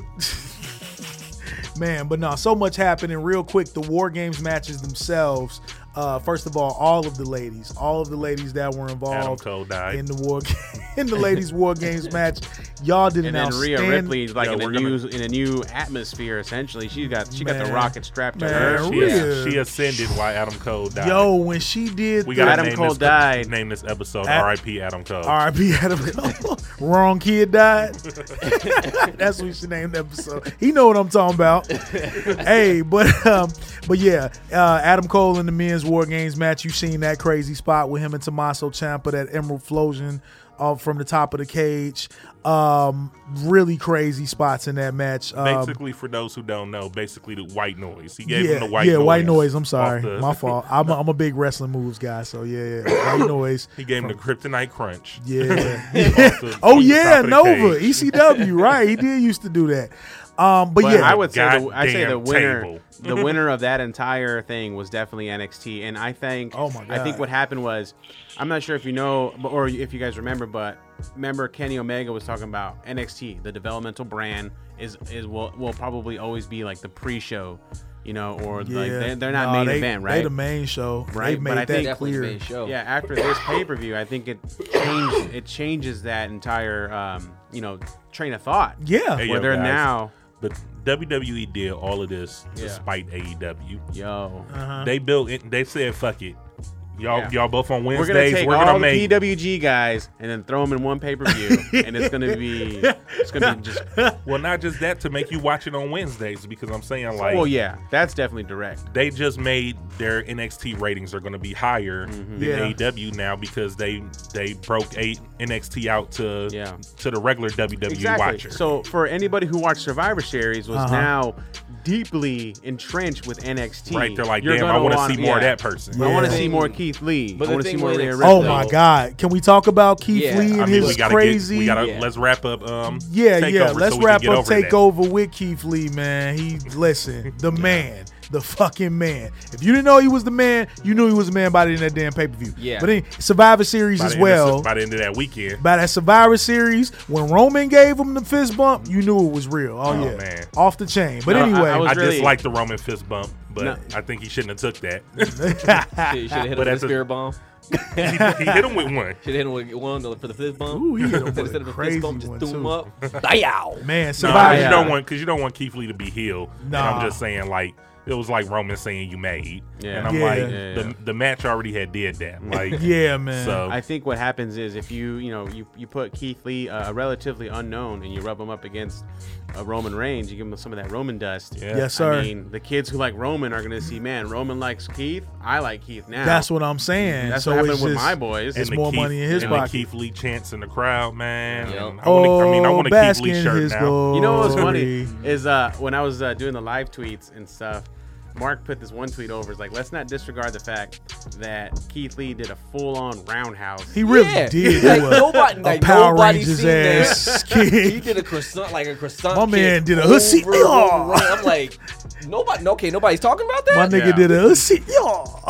C: Man, but no, so much happened. And real quick, the War Games matches themselves. Uh, first of all, all of the ladies, all of the ladies that were
E: Adam
C: involved
E: Cole died.
C: in the war, in the ladies' War Games match, y'all did
A: And
C: an
A: then Rhea
C: outstanding.
A: Ripley's like
E: Yeah,
A: in a
E: we're gonna-
A: new in a new atmosphere. Essentially, she got she got the
C: Man.
A: rocket strapped to
C: Man,
A: her.
E: she,
C: Rhea.
E: she ascended while Adam Cole died.
C: Yo, when she did,
E: we
C: the
E: gotta
A: Adam
E: name
A: Cole
E: this,
A: died.
E: Name this episode
C: At-
E: "R.I.P. Adam Cole."
C: R.I.P. Adam Cole, wrong kid died. That's what we should name the episode. He know what I'm talking about. hey, but um, but yeah, uh, Adam Cole in the men's war games match. You seen that crazy spot with him and Tommaso Ciampa, that Emerald Flosion off from the top of the cage. Um, really crazy spots in that match. Um,
E: Basically, for those who don't know, basically the white noise. He gave him the white
C: yeah,
E: noise.
C: white noise. I'm
E: off
C: sorry,
E: the-
C: my fault. I'm a, I'm a big wrestling moves guy, so yeah, yeah. white noise.
E: He gave him the kryptonite crunch.
C: Yeah.
E: Off the-
C: Oh
E: off the
C: yeah,
E: top of the
C: Nova,
E: cage.
C: ECW, right? He did used to do that. Um, but,
A: But
C: yeah,
A: I would say the, I say the
E: Goddamn
A: winner
E: table.
A: the winner of that entire thing was definitely NXT, and I think
C: Oh my
A: I think
C: God.
A: what happened was I'm not sure if you know but- or if you guys remember, but remember Kenny Omega was talking about NXT, the developmental brand is is will will probably always be like the pre-show, you know, or
C: yeah.
A: like they're, they're not
C: Nah,
A: main
C: they,
A: event,
C: They
A: right?
C: the main show,
A: Right,
C: They
A: but
C: made
A: I
C: that
A: think-
F: Definitely
C: clear.
F: the main show.
A: Yeah, after this pay per view, I think it changed, it changes that entire um, you know train of thought.
C: Yeah,
E: Hey,
A: where
E: yo,
A: they're
E: guys.
A: now,
E: But WWE did all of this
A: Yeah.
E: to spite AEW.
A: yo,
C: Uh-huh.
E: They built. It, they said, "Fuck it, y'all.
A: Yeah.
E: Y'all both on
A: we're
E: Wednesdays.
A: gonna take all the E
E: make
A: PWG guys and then throw them in one pay per view, and it's gonna be it's gonna be just
E: well, not just that to make you watch it on Wednesdays because I'm saying like,
A: well, Oh, yeah, that's definitely direct.
E: they just made their NXT ratings are going to be higher
A: Mm-hmm.
C: Yeah.
E: than AEW now because they they broke a NXT out to
A: Yeah.
E: to the regular E WWE
A: Exactly.
E: watcher.
A: So for anybody who watched Survivor Series was
E: Uh-huh.
A: now deeply entrenched with NXT.
E: right, they're like,
A: You're
E: damn, I
A: gonna
E: want to
A: want-
E: see more of
A: yeah.
E: that person.
A: I want to
C: Yeah.
A: see more Keith Lee.
F: But
A: I
F: the
A: want to see
F: thing
A: more
F: with
A: Rhea
F: NXT
A: Ripley.
C: Oh my God! Can we talk about Keith
F: Yeah.
C: Lee and
E: I mean, we
C: his
E: gotta
C: crazy?
E: get, we gotta
F: Yeah.
E: let's wrap up. Um,
C: yeah, yeah.
E: Takeover so
C: Let's
E: we can
C: wrap
E: get
C: up
E: over that.
C: takeover with Keith Lee, man. He listen, the man, the fucking man. If you didn't know he was the man, you knew he was the man by the end of that damn pay per view.
F: Yeah.
C: but in Survivor Series
E: By the
C: as
E: end of
C: well.
E: this- by the end of that weekend.
C: by that Survivor Series when Roman gave him the fist bump, you knew it was real. Oh,
E: Oh,
C: yeah,
E: man.
C: off the chain. But
A: No, I-
C: anyway,
A: I was
E: I
A: really-
E: dislike the Roman fist bump, but
A: No.
E: I think he shouldn't have took that.
F: Shit, you should have hit him
E: But
F: with a
E: that's a-
F: spear bomb.
E: he, he hit him with one.
F: Should have hit him with one to- for the fist bump.
C: Ooh, he hit him
F: Instead
C: with a
F: of
C: crazy
F: fist bump, just
C: one,
F: threw him
C: too.
F: up. Bow.
C: man,
E: No, 'cause
C: Survivor.
E: you
A: yeah.
E: don't want because you don't want Keith Lee to be healed. And
C: Nah.
E: I'm just saying like it was like Roman saying you made.
A: Yeah.
E: And I'm
C: Yeah.
E: like,
C: Yeah,
A: yeah, yeah.
E: The, the match already had did that. Like,
C: Yeah, man.
E: So
A: I think what happens is if you you know you, you put Keith Lee uh, relatively unknown and you rub him up against a Roman Reigns, you give him some of that Roman dust.
E: Yeah.
C: Yes, sir.
A: I mean, the kids who like Roman are gonna see, man, Roman likes Keith. I like Keith now.
C: That's what I'm saying.
A: That's
C: so
A: what happened
C: it's
A: with
C: just-
A: my boys.
C: it's
E: and the
C: more money in his
E: and the
C: pocket.
E: Keith Lee chants in the crowd, man.
F: Yep.
E: And I wanna, I mean, I want a Keith
C: Oh, bask
E: Lee
C: in
E: shirt
C: his
E: now.
C: glory.
A: You know what was funny is uh, when I was uh, doing the live tweets and stuff, Mark put this one tweet over. It's like, let's not disregard the fact that Keith Lee did a full on roundhouse.
C: He really
F: Yeah.
C: did.
F: Like,
C: do a,
F: nobody-
C: a
F: like,
C: Power
F: nobody
C: Rangers
F: seen that.
C: ass
F: He
C: kick.
F: did a croissant, like a croissant.
C: My
F: kick
C: man did a
F: over
C: hussy-
F: and over and I'm like, nobody. Okay, nobody's talking about
C: My
F: that.
C: nigga
E: Yeah.
C: did a see, y'all.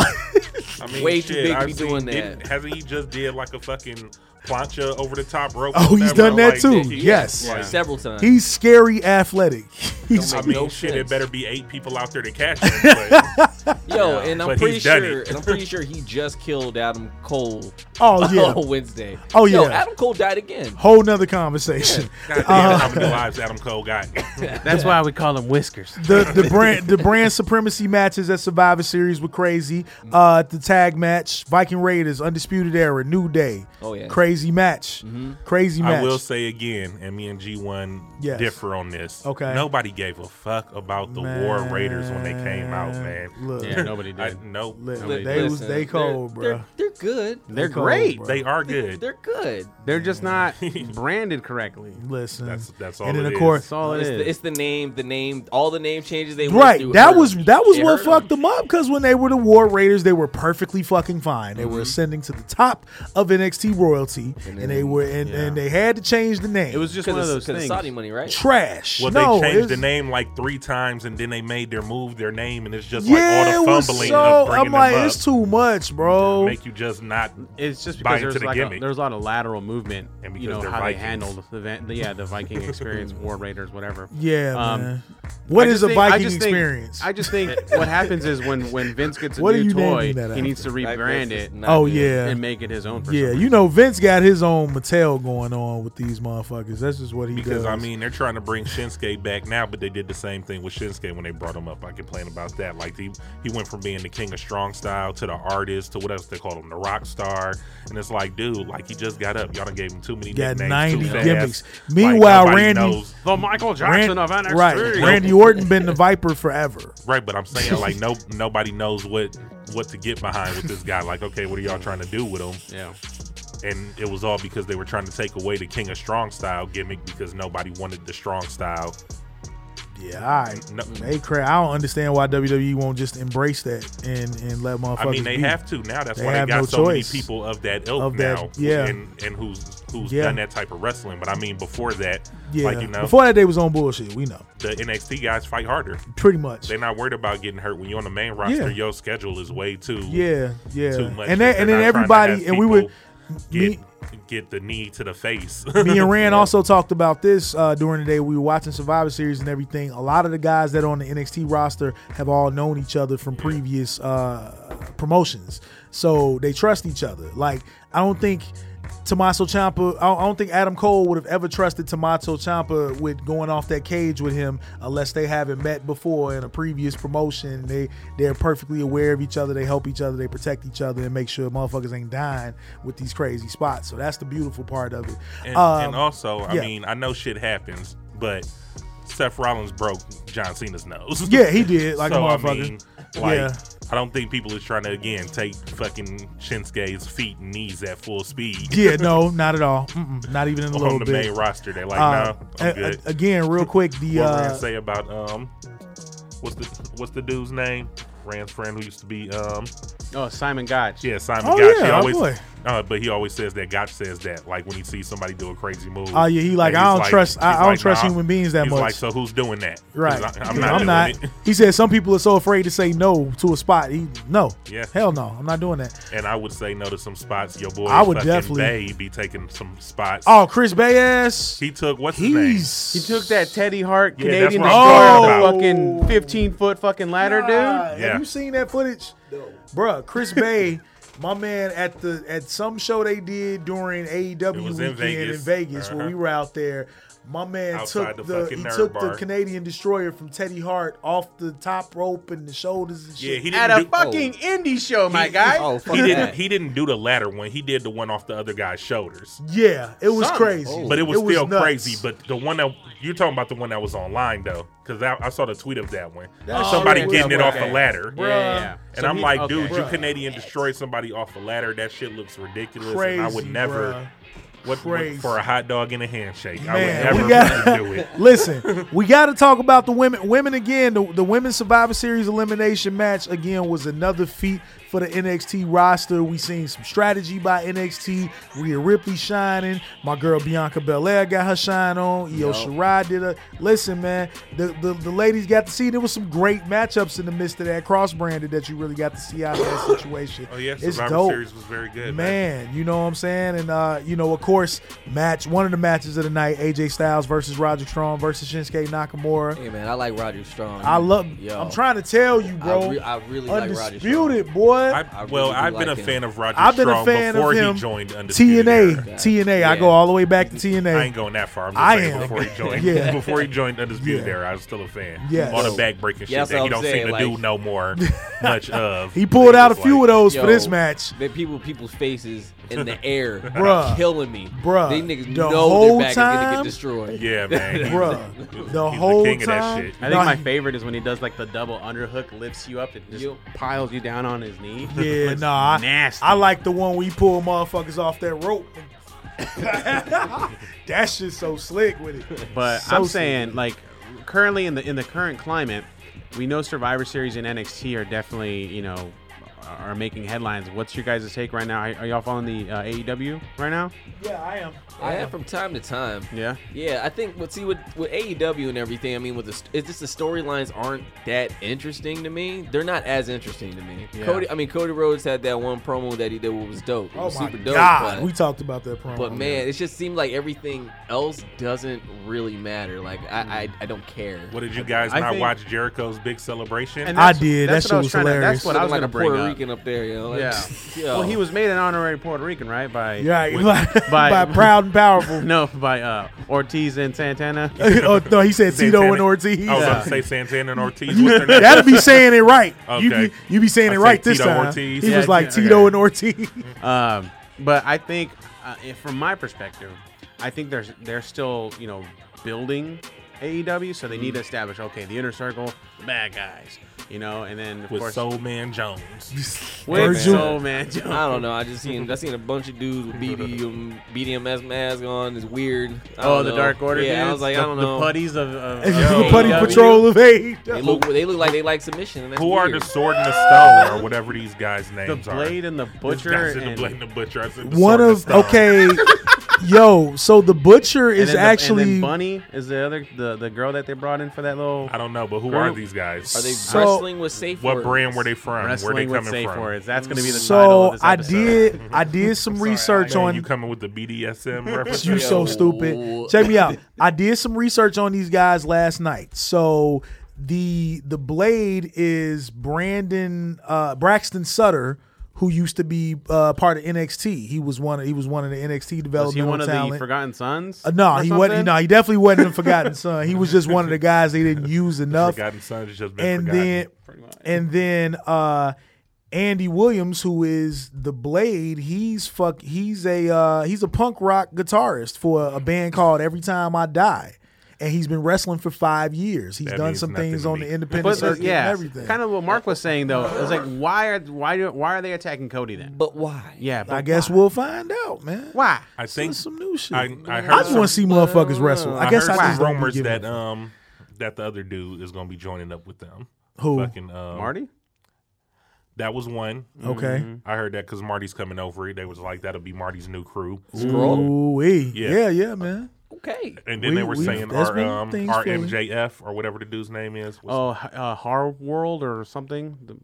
E: I mean,
F: Way
E: shit,
F: too big to
E: I've
F: be
E: seen-
F: doing that.
E: didn't- Hasn't he just did like a fucking plancha over the top rope?
C: Oh,
E: or
C: he's
E: whatever?
C: done that
E: Like,
C: too.
E: he-
C: Yes.
E: like,
F: Several times.
C: He's scary athletic. He's
E: I
F: Don't
E: mean,
F: no
E: shit,
F: sense.
E: it better be eight people out there to catch him. but-
F: Yo, and I'm
E: But
F: pretty
E: he's done
F: sure,
E: it.
F: and I'm pretty sure he just killed Adam Cole.
C: Oh, yeah.
F: on Wednesday.
C: Oh,
F: Yo,
C: yeah.
F: Adam Cole died again.
C: whole nother conversation.
E: God damn
C: Uh,
E: it, how many lives Adam Cole got?
A: That's why we call him Whiskers.
C: the the brand the brand supremacy matches at Survivor Series were crazy.
F: Mm.
C: Uh, the tag match, Viking Raiders, Undisputed Era, New Day.
F: Oh, yeah. Mm-hmm.
C: crazy match, crazy match.
E: I will say again, and me and G1
C: Yes.
E: differ on this.
C: Okay.
E: Nobody gave a fuck about the War Raiders when they came out, man.
C: Look,
A: Yeah, nobody did.
E: I, nope.
C: Look,
E: Nobody
C: they
E: did.
C: was- they
F: they're-
C: cold, bruh.
F: They're, they're good.
A: They're
C: cold,
A: great.
C: bro.
E: They are good.
F: They're good.
A: They're just not branded correctly.
C: listen,
E: That's- that's all
C: And then
E: it
C: of
E: is.
C: course,
A: That's all it
F: It's
A: is.
F: the, it's the name, the name, all the name changes they went
C: right?
F: through
C: That
F: hurt
C: was
F: them.
C: that was
F: It
C: what
F: hurt
C: fucked
F: them.
C: them up because when they were the War Raiders, they were perfectly fucking fine. They
F: Mm-hmm.
C: were ascending to the top of NXT royalty, and, they were and, and they had to change the name.
A: it was just one of
F: Because
A: those
F: it's, 'cause it's
A: things.
F: Saudi money, right?
C: trash.
E: Well,
C: no,
E: they
C: it
E: changed
C: was-
E: the name like three times, and then they made their move, their name, and it's just
C: Yeah,
E: like
C: it
E: all the
C: was
E: fumbling
C: so.
E: of
C: I'm
E: bringing
C: like,
E: them
C: it's too much, bro.
E: up, make you just not.
A: It's just
E: buy
A: because
E: into
A: there's
E: the
A: like a,
E: gimmick.
A: there's a lot of lateral movement,
E: And
A: and
E: because
A: you know
E: they're
A: how
E: Vikings.
A: they handled the, van- the yeah the Viking experience, War Raiders, whatever.
C: yeah,
A: Um,
C: man. What
A: I
C: is
A: just
C: a
A: think- I
C: Viking
A: just think-
C: experience?
A: I just think what happens is when when Vince gets a
C: What are
A: new
C: you naming
A: toy, he
C: that
A: needs to
F: Like,
A: rebrand
F: this is
A: it
F: not
C: oh
F: good.
C: yeah,
A: and make it his own. For
C: yeah.
A: some
C: You know, Vince got his own Mattel going on with these motherfuckers. That's just what he
E: Because
C: does.
E: I mean, they're trying to bring Shinsuke back now, but they did the same thing with Shinsuke when they brought him up. I complain about that. Like he he went from being the king of strong style to the artist to what else they call him, the rock star, and it's like, dude, like he just got up. Y'all done gave him too many
C: Got
E: nicknames,
C: 90
E: too fast.
C: gimmicks.
E: Like,
C: Meanwhile,
E: nobody
C: Randy-
A: the Michael Jackson
C: Ran-
A: of NXT.
C: right? Randy Orton been the Viper forever.
E: Right, but I'm saying like no nobody knows what what to get behind with this guy. Like, okay, what are y'all trying to do with him?
A: Yeah,
E: And it was all because they were trying to take away the King of Strong style gimmick because nobody wanted the strong style.
C: Yeah, all right.
E: No,
C: They cra I don't understand why WWE won't just embrace that and and let motherfuckers.
E: I mean they
C: be.
E: have to now. That's
C: They
E: why they
C: have
E: got
C: no
E: so many
C: choice.
E: people of that ilk
C: Of that-
E: now.
C: yeah.
E: and and who's who's
C: Yeah.
E: done that type of wrestling. But I mean before that,
C: Yeah,
E: like you know,
C: before that, they was on bullshit. We know
E: the NXT guys fight harder.
C: pretty much.
E: They're not worried about getting hurt when you're on the main roster.
C: Yeah.
E: Your schedule is way too
C: yeah, yeah.
E: too much.
C: and then, and then
E: They're not trying to
C: everybody
E: have
C: and we would.
E: people
C: me-
E: get get the knee to the face.
C: me and Rand also talked about this uh, during the day. We were watching Survivor Series and everything. A lot of the guys that are on the NXT roster have all known each other from previous uh, promotions, so they trust each other. Like I don't think Tommaso Ciampa, I don't- I don't think Adam Cole would have ever trusted Tommaso Ciampa with going off that cage with him unless they haven't met before in a previous promotion. They they're perfectly aware of each other. They help each other. They protect each other and make sure motherfuckers ain't dying with these crazy spots. So that's the beautiful part of it.
E: And, and also, I
C: Um, yeah.
E: mean, I know shit happens, but Seth Rollins broke John Cena's nose.
C: Yeah, he did, like a motherfucker.
E: like,
C: Yeah.
E: I don't think people is trying to again take fucking Shinsuke's feet and knees at full speed
C: yeah, no, not at all. Mm-mm, not even in a
E: on
C: little
E: the
C: bit.
E: main roster. They like,
C: Uh,
E: no, I'm
C: a- a-
E: good.
C: again, real quick, the
E: what Rand
C: uh,
E: say about um, what's the what's the dude's name? Rand's friend who used to be um,
A: Oh, Simon Gotch.
E: yeah, Simon
C: Oh,
E: Gotch.
C: yeah,
E: he
C: our
E: always,
C: boy.
E: uh, but he always says that Gotch says that like when he sees somebody do a crazy move.
C: Oh, yeah, he like,
E: and
C: I
E: he's
C: don't trust- I-
E: he's
C: I don't trust human beings that
E: he's
C: much.
E: Like, so who's doing that? He's
C: right.
E: like,
C: I'm not. He said some people are so afraid to say no to a spot. He no,
E: Yeah.
C: hell no, I'm not doing that.
E: And I would say no to some spots. Your boy,
C: I would
E: fucking
C: definitely-
E: Bay be taking some spots.
C: Oh, Chris Bayass,
E: he took what's his name?
C: he's
A: He took that Teddy Hart
E: Yeah, that's
A: Canadian
E: what I'm
A: destroyer
E: talking
C: about.
A: fucking 15 foot fucking ladder,
C: Nah,
A: dude.
E: Yeah.
C: Have you seen that footage? No. Bruh, Chris Bay, my man at the at some show they did during AEW
E: It was
C: weekend
E: in
C: in Vegas,
E: Vegas.
C: where we
E: Uh-huh.
C: were out there. My man
E: Outside
C: took
E: the
C: the,
E: fucking
C: he
E: nerd
C: took
E: bar.
C: the Canadian destroyer from Teddy Hart off the top rope and the shoulders and shit.
E: Yeah, he didn't
A: At a
E: do,
A: fucking indie show, my guy.
F: Oh, fuck
E: he didn't
F: that.
E: he didn't do the latter one. He did the one off the other guy's shoulders.
C: Yeah, it was
A: Something.
C: crazy.
E: But it was, still
C: nuts.
E: crazy. But the one that you're talking about, the one that was online though, because I, I saw the tweet of that one.
A: That
E: somebody
A: shit was
E: getting it off
A: okay.
E: the ladder,
A: Yeah, yeah, yeah.
E: And
A: So
E: I'm
A: he-
E: like,
A: okay.
E: dude, you
A: Bruh.
E: Canadian destroyed somebody off the ladder. That shit looks ridiculous.
C: crazy,
E: and I would never. What, what-
C: Crazy.
E: for a hot dog and a handshake?
C: Man,
E: I would
C: we
E: never
C: got-
E: do it.
C: Listen, we got to talk about the women. Women again. The, the women's Survivor Series elimination match again was another feat for the NXT roster. We seen some strategy by NXT. Rhea Ripley shining. My girl Bianca Belair got her shine on. Io Shirai did a listen, man. The, the the ladies got to see. There was some great matchups in the midst of that cross branded that you really got to see out of that situation.
E: Oh yeah,
C: it's
E: Survivor
C: dope
E: Series was very good, man.
C: man, you know what I'm saying? And uh, you know, of course, match one of the matches of the night, AJ Styles versus Roger Strong versus Shinsuke Nakamura.
F: Hey man, I like Roger Strong.
C: I love
F: Yo.
C: I'm trying to tell you, bro.
F: re- I really like Roger
C: Undisputed, boy.
E: I,
F: I
E: well,
F: really do
E: I've been
F: like
E: a
F: him.
E: fan of Roger
C: I've been
E: Strong
C: a fan
E: before
C: of him.
E: he joined Undisputed
C: TNA,
E: Era.
C: TNA. I
F: Yeah.
C: go all the way back to
E: I
C: TNA.
E: ain't going that far. I'm
C: I
E: just saying
C: am.
E: before he joined,
C: Yeah.
E: before he joined Undisputed
C: Yeah.
E: Era, I was still a fan.
C: Yes.
E: All
C: Yo.
E: the back breaking
F: Yeah,
E: shit
F: that's
E: that
F: what
E: he
F: I'm
E: don't
F: saying,
E: seem to do
F: like-
E: no more much of.
C: he pulled out a
E: was
C: few
E: like-
C: of those
F: Yo,
C: for this match.
F: Man, people, people's faces in the air,
C: Bruh.
F: killing me,
C: Bruh.
F: They niggas
C: The
F: know
C: whole
F: their back is gonna
C: time-
F: get destroyed.
E: Yeah, man. He's,
C: Bruh,
E: he's
C: the whole
E: king
C: time-
E: Of that
A: I
E: shit.
A: think
C: No,
A: my
C: he-
A: favorite is when he does like the double underhook, lifts you up, and just
F: Yo.
A: piles you down on his knee.
C: Yeah,
A: It's
C: no, I,
A: nasty.
C: I like the one where you pull motherfuckers off that rope. that shit's so slick with it.
A: But
C: So
A: I'm
C: sick.
A: saying, like, currently in the in the current climate, we know Survivor Series and NXT are definitely, you know, are making headlines. What's your guys' take right now? Are, are y'all following the uh, AEW right now?
C: Yeah, I am.
F: I have from time to time.
A: Yeah.
F: Yeah, I think what see with with AEW and everything. I mean, with the it's just the storylines aren't that interesting to me. They're not as interesting to me.
A: Yeah.
F: Cody, I mean, Cody Rhodes had that one promo that he did what was dope. It
C: Oh my
F: was super dope.
C: god,
F: but-
C: we talked about that promo.
F: But man, it just seemed like everything else doesn't really matter. Like I, I, I don't care.
E: What did you guys
A: I
E: not
A: think-
E: watch Jerico's big celebration?
A: And
C: I
A: that's-
C: did.
A: that's what
C: That shit
A: I was
C: was
A: trying to-
C: hilarious.
A: that's what I was
F: Looking
A: gonna
F: like a
A: bring
F: Puerto
A: up.
F: Rican up there, you know? Like,
A: Yeah.
F: yo.
A: Well, he was made an honorary Puerto Rican, right? By
C: yeah,
A: with-
C: by, by proud and powerful.
A: No, by uh, Ortiz and Santana.
C: oh, no, he said
E: Santana-
C: Tito and Ortiz.
E: I was about to say Santana and Ortiz. What's their name?
C: That'll be saying it right. You,
E: Okay.
C: be, you be saying
E: I
C: it
E: said
C: right this
E: Tito
C: time.
E: Ortiz.
C: He
E: Yeah,
C: was like
A: okay.
C: Tito and Ortiz.
A: Um, but I think, uh, if, from my perspective, I think there's they're still you know building AEW, so they need
C: Mm.
A: to establish okay the inner circle, the bad guys, you know, and then of
E: With
A: course
E: Soul Man Jones.
A: with
C: Virgil.
A: Soul Man Jones.
F: I don't know. I just seen I seen a bunch of dudes with um, BDM, BDMS mask on. It's weird. I
A: Oh,
F: don't
A: the
F: know.
A: Dark Order.
F: Yeah,
A: dudes?
F: I was like,
A: the,
F: I don't know.
A: The putties of, of E
C: the
A: of
C: Putty
A: AEW.
C: Patrol of Eight.
F: They look they look like they like submission. And that's
E: Who are
F: weird.
E: the Sword and the Stone or whatever these guys'
A: The
E: names are?
A: Blade and the Butcher.
E: I said the
A: and-
E: Blade and the Butcher. I said the
C: One
E: Sword and the
C: of
E: Stone.
C: okay, yo. So the butcher
A: and
C: is
A: then the- and
C: actually
A: then Bunny is the other the, the girl that they brought in for that little
E: I don't know, but who
A: Girl-
E: are these guys?
F: Are they
C: So-
F: wrestling with safe?
E: What
F: words?
E: brand were they from? Where they
A: wrestling with
E: coming
A: safe
E: from?
A: words. That's going to be the title of
C: so
A: this
C: I
A: episode.
C: did I did some research
E: Man,
C: on
E: you coming with the BDSM reference?
C: You so
F: Yo.
C: stupid. Check me out. I did some research on these guys last night. So the the blade is Brandon uh, Braxton Sutter, who used to be uh, part of NXT. He was one. Of, he was one of the NXT
A: Was he
C: developmental
A: one of
C: Oh, talent.
A: the Forgotten Sons?
C: Uh, no,
A: or
C: he wasn't.
A: something?
C: No, he definitely wasn't a forgotten son. He was just one of the guys they didn't use enough
E: Forgotten Sons has just been
C: and
E: forgotten.
C: then and then uh Andy Williams who is the Blade, he's fuck he's a uh he's a punk rock guitarist for a band called Every Time I Die. And he's been wrestling for 5 years. He's
E: That
C: done
E: means
C: some
E: nothing
C: things
E: to
C: on
E: me.
C: the independent
A: But uh,
C: circuit
A: yeah,
C: and everything.
A: kind of what Mark was saying though. It was like, why are why do, why are they attacking Cody then?
F: But why?
A: yeah, but
C: I guess
A: why?
C: we'll find out, man.
A: why?
E: I
C: Some,
E: think
C: some new shit.
E: I-
C: I,
E: I heard
C: just want to see motherfuckers wrestle. I,
E: I
C: guess
E: heard
C: I just
E: some
C: don't be
E: rumors
C: giving
E: that
C: a-
E: um that the other dude is gonna be joining up with them.
C: Who?
E: Fucking um,
A: Marty?
E: That was one.
C: Okay.
E: I heard that because Marty's coming over. They was like that'll be Marty's new crew.
F: Scroll.
C: Ooh-wee.
E: Yeah.
C: Yeah, yeah, man.
F: Okay.
E: And then
C: We-
E: they were
C: we-
E: saying
C: that's
E: our
C: when
E: um
C: things
E: our
C: feel-
E: MJF or whatever the dude's name is. was-
A: Oh, h- uh, Horror World or something. The-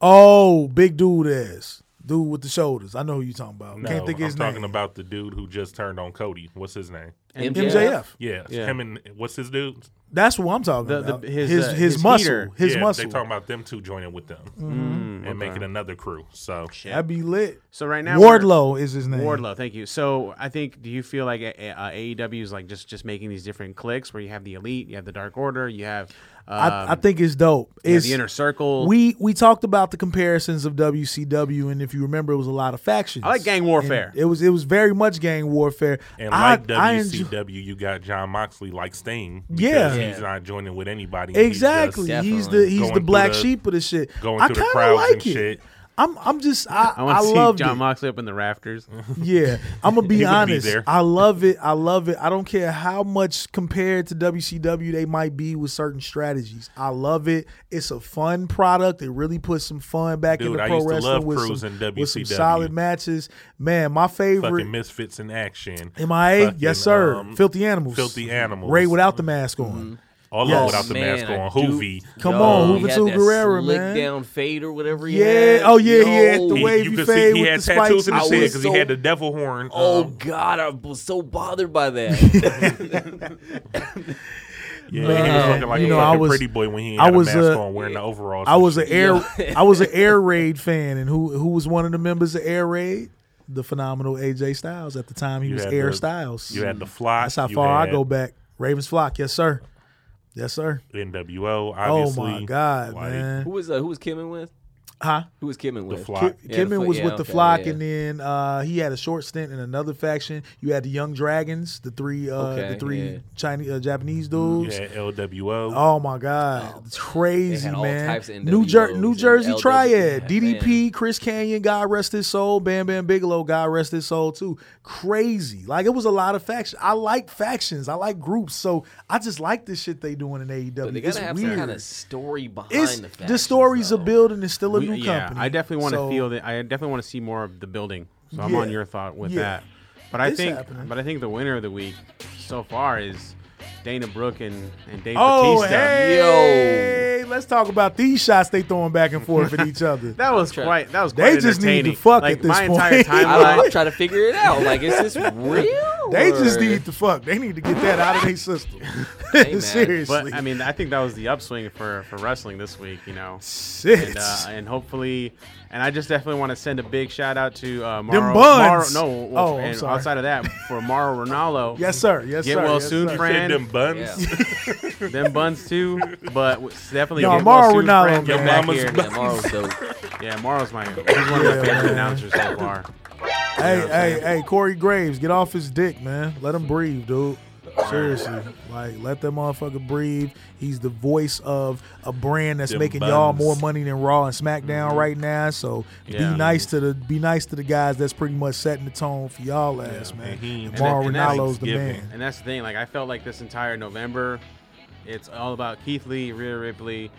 C: Oh, big dude ass. Dude with the shoulders. I know who you talking about.
E: no,
C: Can't think of
E: I'm
C: his
E: talking
C: name.
E: about the dude who just turned on Cody. What's his name?
F: MJF.
C: MJF.
E: Yeah,
A: Yeah.
E: him and what's his dude?
C: That's what I'm talking
A: The- the-
C: about.
A: his,
C: his
A: uh,
C: his,
A: his
C: muscle,
A: heater.
C: his
E: yeah,
C: muscle. Mm-hmm.
E: They talking about them two joining with them and making another crew. So
C: That'd be lit.
A: So right now, we're-
C: Wardlow is his name.
A: Wardlow, thank you. So I think, do you feel like uh, uh, AEW is like just just making these different clicks where you have the elite, you have the Dark Order, you have um,
C: I, I think it's dope.
A: you have
C: It's
A: the Inner Circle.
C: We we talked about the comparisons of WCW, and if you remember, it was a lot of factions.
A: I like gang warfare.
C: And It was it was very much gang warfare.
E: and
C: I-
E: like
C: I enjoy-
E: WCW, you got John Moxley like Sting. because
C: Yeah.
E: he's not joining with anybody. He's
C: Exactly.
E: just
C: He's, the
F: Definitely.
C: he's
E: Going
C: the
E: through
C: black
E: the-
C: sheep of the shit.
E: going
C: I
E: through the
C: kinda
E: crowds
C: like
E: and
C: it.
E: shit.
C: I'm I'm just I
A: I
C: I,
A: want to see
C: love
A: John
C: it.
A: Moxley up in the rafters.
C: Yeah, I'm gonna be
E: He would be
C: honest.
E: there.
C: I love it. I love it. I don't care how much compared to WCW they might be with certain strategies. I love it. It's a fun product. It really puts some fun back
E: Dude,
C: into
E: I
C: pro
E: used to
C: wrestling
E: love
C: with
E: Cruise
C: some,
E: and
C: with some
E: WCW.
C: solid matches. Man, my favorite.
E: fucking misfits in action.
C: MIA,
E: Fucking,
C: yes sir.
E: um,
C: Filthy animals.
E: Filthy Animals.
C: Ray without the mask on.
E: All
C: Yes.
E: of without the
F: Man,
E: mask
F: I
E: on.
F: do-
E: Hoovy.
C: Come on, Juventud
F: he had that
C: Guerrero,
F: slick
C: man.
F: down fade or whatever he
C: Yeah.
F: had.
C: Oh yeah, yeah. The
E: He-
F: Yo.
C: wavy
E: you could
C: fade
E: see he
C: with
E: had
C: the spikes.
E: tattoos in his
F: I
E: head
F: was
E: because
F: so-
E: he had the devil horn.
F: Oh
E: Um,
F: God, I was so bothered by that.
E: yeah, he was looking like
C: You
E: a
C: know, I
E: fucking
C: was-
E: pretty boy when he
C: I
E: had
C: was
E: a mask
C: a-
E: on, wearing the overalls.
C: I
E: and
C: was an
E: shit.
C: air I was an air raid fan, and who who was one of the members of Air Raid? The phenomenal AJ Styles at the time. He
E: You
C: was
E: had
C: Air
E: the-
C: Styles.
E: You had the fly.
C: That's how
E: you
C: far I
E: had
C: go back. Ravens flock, yes sir, yes sir.
E: NWO, obviously.
C: oh my god,
E: Like,
F: who
C: man,
F: was uh, who was Kimming with?
C: huh?
F: Who was Kimming with?
E: Flock.
C: Ki-
F: Yeah, the
C: Kidman
F: fl-
C: was
F: yeah,
C: with the
F: okay,
C: flock,
F: yeah.
C: and then uh, he had a short stint in another faction. You had the Young Dragons, the three, uh,
F: Okay,
C: the three
F: yeah.
C: Chinese, uh, Japanese dudes.
E: Yeah, LWO.
C: Oh my God, it's crazy,
F: all
C: man!
F: types of
C: New, Jer-
F: NWOs
C: New
F: and
C: Jersey
F: LWOs.
C: Triad,
F: Yeah,
C: DDP, Chris Canyon, God rest his soul, Bam Bam Bigelow, God rest his soul too. Crazy, like it was a lot of factions. I like factions, I like groups, so I just like this shit they doing in AEW.
F: But they
C: it's
F: gotta have
C: weird.
F: some kind of story behind
C: it's
F: the
C: the,
F: factions,
C: stories
F: though.
C: are building. It's still a
A: We-
C: new
A: yeah,
C: company.
A: I definitely want to
C: so-
A: feel that. I definitely want to see more of the building. So I'm
C: Yeah.
A: on your thought with
C: Yeah.
A: that. But I
C: It's
A: think,
C: happening.
A: but I think the winner of the week so far is Dana Brooke and, and Dave
C: Oh,
A: Batista.
C: hey, let's talk about these shots they throwing back and forth at each other.
A: That was
F: Sure.
A: quite. That was
C: They
A: quite
C: just need to
A: entertaining.
C: fuck
A: like,
C: at this
A: my
C: point.
A: entire
F: I, don't know, I'm
A: timeline.
F: trying to figure it out. Like, is this real?
C: They just
F: or-
C: need to fuck. They need to get that out of their system.
F: man.
C: Seriously.
A: but I mean, uh, I think that was the upswing for for wrestling this week. You know,
C: Shit.
A: and, uh, and hopefully, and I just definitely want to send a big shout out to uh, Mauro,
C: Them buns.
A: Mauro- no, well,
C: Oh, I'm
A: and
C: sorry.
A: outside of that, for Mauro Ronaldo.
C: yes, sir. Yes,
A: Get
C: sir.
A: well
C: yes,
A: soon,
C: sir.
A: friend.
E: Them
F: Yeah.
E: buns.
A: them buns too, but w- definitely
C: Y'all,
A: get
C: Mauro
A: well soon,
C: Ronaldo,
A: friend. Get
E: man.
A: back
E: Mama's
A: here.
E: bu-
F: Yeah, Morrow's dope.
A: Yeah, Mauro's my he's one of my favorite announcers so far.
C: Hey, hey, hey, Corey Graves, get off his dick, man. Let him breathe, dude. Seriously. Like, let that motherfucker breathe. He's the voice of a brand that's
E: Them
C: making y'all
E: buns.
C: more money than Raw and SmackDown right now. So
A: Mm-hmm. Yeah.
C: be nice to the be nice to the guys that's pretty much setting the tone for y'all ass, man.
E: And he-
C: And
E: and
C: Mauro
A: that- and that's
C: Ronaldo's the
E: Thanksgiving.
C: man.
A: And that's the thing. Like I felt like this entire November, it's all about Keith Lee, Rhea Ripley,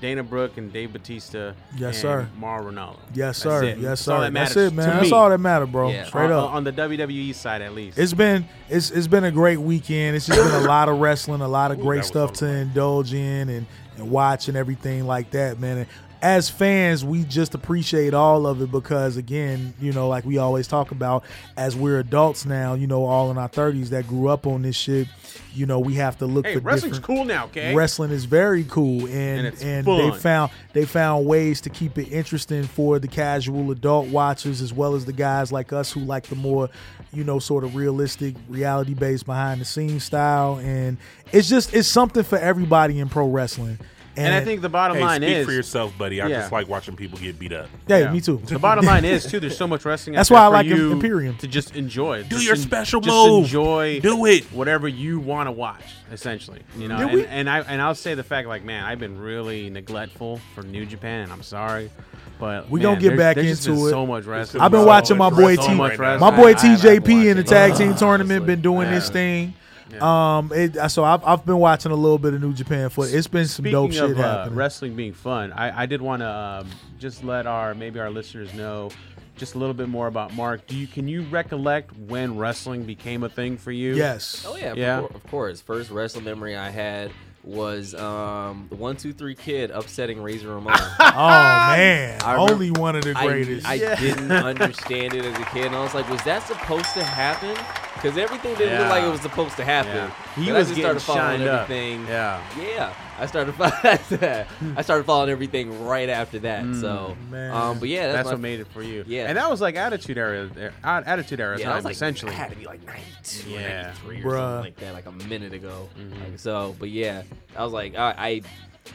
A: Dana Brooke, and Dave Batista. and
C: Yes, sir.
A: Mauro Ronaldo. That's
C: Yes, sir.
A: it.
C: Yes,
A: That's all
C: sir.
A: that
C: That's
A: matters
C: it,
A: to
C: man. That's
A: me.
C: all that matter, bro.
F: Yeah.
C: Straight
A: on,
C: up.
A: on the WWE side at least.
C: It's been it's it's been a great weekend. It's just been a lot of wrestling, a lot of great
E: was
C: stuff to indulge in and and watch and everything like that, man. And as fans, we just appreciate all of it because again, you know, like we always talk about as we're adults now, you know, all in our 30s that grew up on this shit, you know, we have to look
A: hey,
C: for
A: wrestling's
C: different
A: cool now, okay?
C: Wrestling is very cool, and
A: And
C: and,
A: it's
C: they
A: fun.
C: found they found ways to keep it interesting for the casual adult watchers as well as the guys like us who like the more, you know, sort of realistic, reality based, behind the scenes style. And it's just it's something for everybody in pro wrestling. And,
A: and I think the bottom
E: Hey,
A: line
E: speak
A: is
E: for yourself, buddy. I
A: Yeah.
E: just like watching people get beat up.
C: yeah,
A: Yeah.
C: me too.
A: The bottom line is too. There's so much wrestling. out
C: That's
A: there
C: why I
A: for
C: like
A: you
C: Imperium.
A: to just enjoy. Do
E: your special
A: just
E: move.
A: Enjoy.
E: Do it.
A: Whatever you want to watch, essentially. You know,
C: Did
A: and,
C: we-
A: and I and I'll say the fact like, man, I've been really neglectful for New Japan, and I'm sorry, but
C: We
A: man,
C: gonna get
A: there's-
C: back
A: there's just
C: into
A: been
C: it.
A: So much wrestling.
C: I've been
A: so
C: watching my
A: much
C: boy
A: wrestling,
C: T-
A: so much
E: my
C: My
A: wrestling.
C: boy
A: I- I haven't
C: TJP in
A: watched
C: the
A: it.
C: tag team tournament been doing
A: Yeah.
C: this thing. Um, it, so I've, I've been watching a little bit of New Japan for it's been some
A: Speaking
C: dope shit
A: of uh,
C: happening.
A: wrestling being fun, I, I did want to um, just let our maybe our listeners know just a little bit more about Mark. Do you can you recollect when wrestling became a thing for you?
C: yes.
F: Oh yeah, of
A: Yeah.
F: cour- Of, course. First wrestling memory I had was um, the one two three kid upsetting Razor Ramon. I,
C: Oh
A: Um,
C: man,
F: I remember-
C: only one of the greatest.
F: I didn't understand it as a kid, and I was like, was that supposed to happen? because everything didn't look
A: Yeah.
F: like it was supposed to happen.
A: Yeah. He
F: But I
A: was
F: just
A: getting
F: started following
A: shined up.
F: everything.
A: Yeah.
F: Yeah, I started following. I started following everything right after that. so,
C: man.
F: um, but yeah, that's,
A: Mm, That's
F: my-
A: what made it for you.
F: Yeah.
A: And that was like attitude era, uh, attitude era
F: Yeah, I
A: time,
F: was like,
A: essentially.
F: I had to be like 92, or
A: Yeah. Mm-hmm.
F: 93 or
C: Bruh.
F: something like that, like a minute ago. Like, so, but yeah, I was like, I, I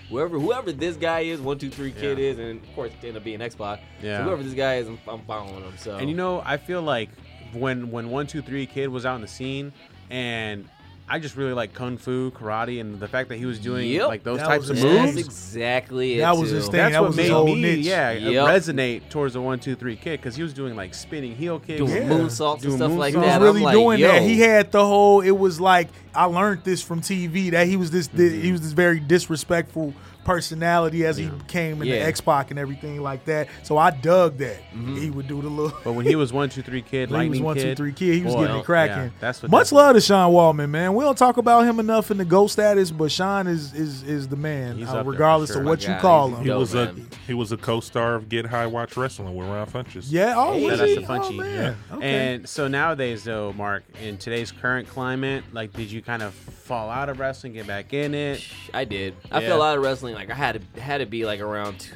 F: whoever whoever this guy is, one two three kid
A: Yeah.
F: is, and of course it ended up being Xbox.
A: Yeah.
F: So whoever this guy is, I'm, I'm following him. So
A: And you know, I feel like when when one two three kid was out in the scene, and I just really like kung fu, karate, and the fact that he was doing
F: Yep.
A: like those
C: That
A: types of
C: was
F: that's
C: his-
A: moves.
F: exactly it.
C: That was
F: too.
C: his thing.
A: That's
C: that
A: what
C: was his
A: made
C: whole
A: me,
C: niche.
A: yeah, uh,
F: Yep.
A: resonate towards the one two three kid because he was doing like spinning heel kicks,
F: Doing
C: Yeah.
F: moonsaults and
A: Doing
F: stuff like
A: moonsaults.
C: He was
F: that.
C: really
F: I'm like,
C: doing
F: Yo.
C: that. He had the whole. It was like I learned this from TV that he was this. thi-
A: Mm-hmm.
C: he was this very disrespectful personality as he came into
F: Yeah.
C: X Pac and everything like that. So I dug that. He would do the little.
A: But when he was one two three kid, Mm-hmm.
C: He
A: Oh, lightning
C: was one, two,
A: kid,
C: three kid. He was
A: boy, oh,
C: getting it cracking.
A: yeah, that's what
C: Much
A: that-
C: love to Sean Wallman, man. We don't talk about him enough in the ghost status, but Sean is is is the man,
A: He's
C: uh,
A: up there for
C: regardless
A: sure.
C: of what
F: My
C: you
F: God,
C: call
F: he's
C: him.
E: He
F: Yo,
E: was
F: man.
E: a he was a co-star of Get High Watch Wrestling with Ron Funches.
C: Yeah, oh,
F: Yeah,
C: was
A: that's
C: he?
A: the
C: Oh,
A: punchy.
C: man. Okay.
A: And so nowadays, though, Mark, in today's current climate, like, did you kind of fall out of wrestling, get back in it?
F: I did. I
A: Yeah.
F: fell out of wrestling. Like I had to had to be like around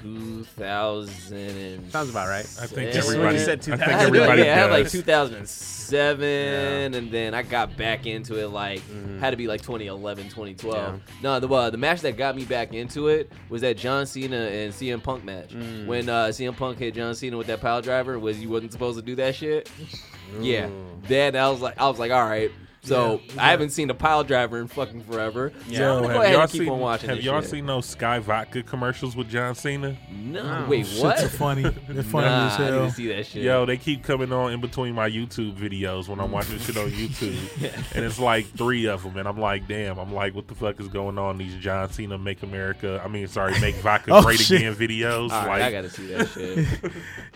F: 2000. And
A: Sounds about right.
E: I think
F: Yeah.
E: everybody.
A: When you
E: I
A: said
E: think
A: 2000.
E: everybody
F: yeah, I had like
E: does.
F: 2007, and then I got back into it like
E: Mm-hmm.
F: had to be like 2011, 2012. No, the uh, the match that got me back into it was that John Cena and CM Punk match
E: Mm.
F: when uh, CM Punk hit John Cena with that pile driver. Was you wasn't supposed to do that shit? Yeah, that I was like I was like all right. So I haven't seen a pile driver in fucking forever. Yeah. So
E: Yo,
F: I'm gonna go
E: have
F: ahead
E: y'all
F: and keep
E: seen
F: on watching.
E: Have
F: this
E: y'all
F: shit.
E: seen those Sky Vodka commercials with John Cena?
F: No, wait, what?
C: Shit's funny. They're funny
F: Nah,
C: as
F: I
C: hell.
F: didn't see that shit.
E: Yo, they keep coming on in between my YouTube videos when I'm watching shit on YouTube, and it's like three of them, and I'm like, damn, I'm like, what the fuck is going on? These John Cena make America, I mean, sorry, make vodka
C: Oh,
E: great
C: shit.
E: again videos.
F: All right,
E: like,
F: I gotta see that shit.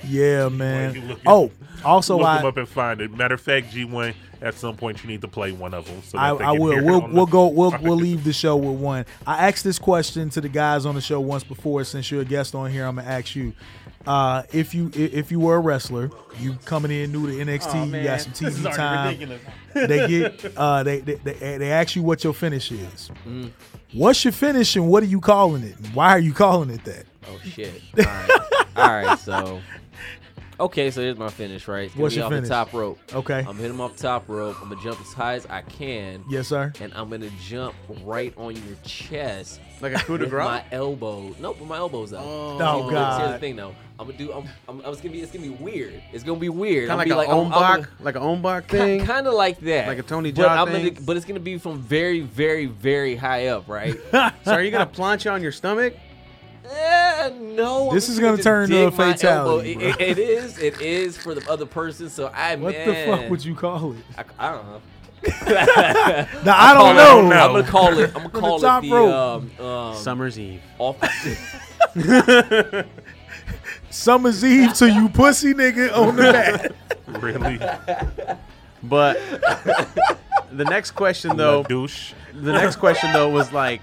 C: Yeah, man.
E: you look-
C: oh, also
E: look
C: I
E: them up and find it. Matter of fact, G1, at some point you need to play one of them. So that
C: I,
E: they
C: I
E: can hear
C: will.
E: it
C: We'll,
E: on
C: we'll
E: the-
C: go. We'll, we'll leave the show with one. I asked this question to the guys on the show once before. Since you're a guest on here, I'm gonna ask you. Uh, if you i- if you were a wrestler, you coming in new to NXT, you got some TV time. they get uh, they, they they they ask you what your finish is.
E: Mm.
C: What's your finish and what are you calling it? And Why are you calling it that?
F: Oh shit! All right, all right. So, okay, so here's my finish, right? It's gonna
C: What's
F: be
C: your
F: off
C: finish?
F: the top rope.
C: Okay.
F: I'm
E: Um,
F: gonna hit him off the top rope. I'm gonna jump as high as I can.
C: Yes, sir.
F: And I'm gonna jump right on your chest.
A: Like a coup de
F: with
A: grace?
F: My elbow. Nope, with my elbows out. Oh,
C: Oh,
F: Here's the
C: God.
F: thing, though. I'm gonna do. I'm. I'm I was gonna be. It's gonna be weird. It's gonna be weird.
A: Kind
F: I'm
A: of like
F: gonna
A: a
F: be
A: own
F: like I'm- I'm
A: block,
F: gonna-
A: like an own block
F: Ki-
A: thing.
F: Kind of like that,
A: Like a Tony
F: but
A: Jaa
F: I'm gonna-
A: thing?
F: but it's gonna be from very, very, very high up, right?
A: So are you gonna plancha on your stomach?
F: Eh, no. I'm
C: This
F: just
C: is gonna
F: just
C: turn into a
F: dig my
C: fatality,
F: elbow. It- it- it is. It is for the other person. So I.
C: What
F: man,
C: the fuck would you call it?
F: I, I don't know.
C: Now I don't
E: I don't
C: know.
E: know.
F: I'm gonna call it. I'm gonna
C: the
F: call
C: top
F: it the
C: rope.
F: um, um,
A: Summer's Eve.
F: off.
C: Summer's Eve to you, pussy nigga on the back.
E: Really?
A: But the next question though,
E: douche.
A: the next question though was like,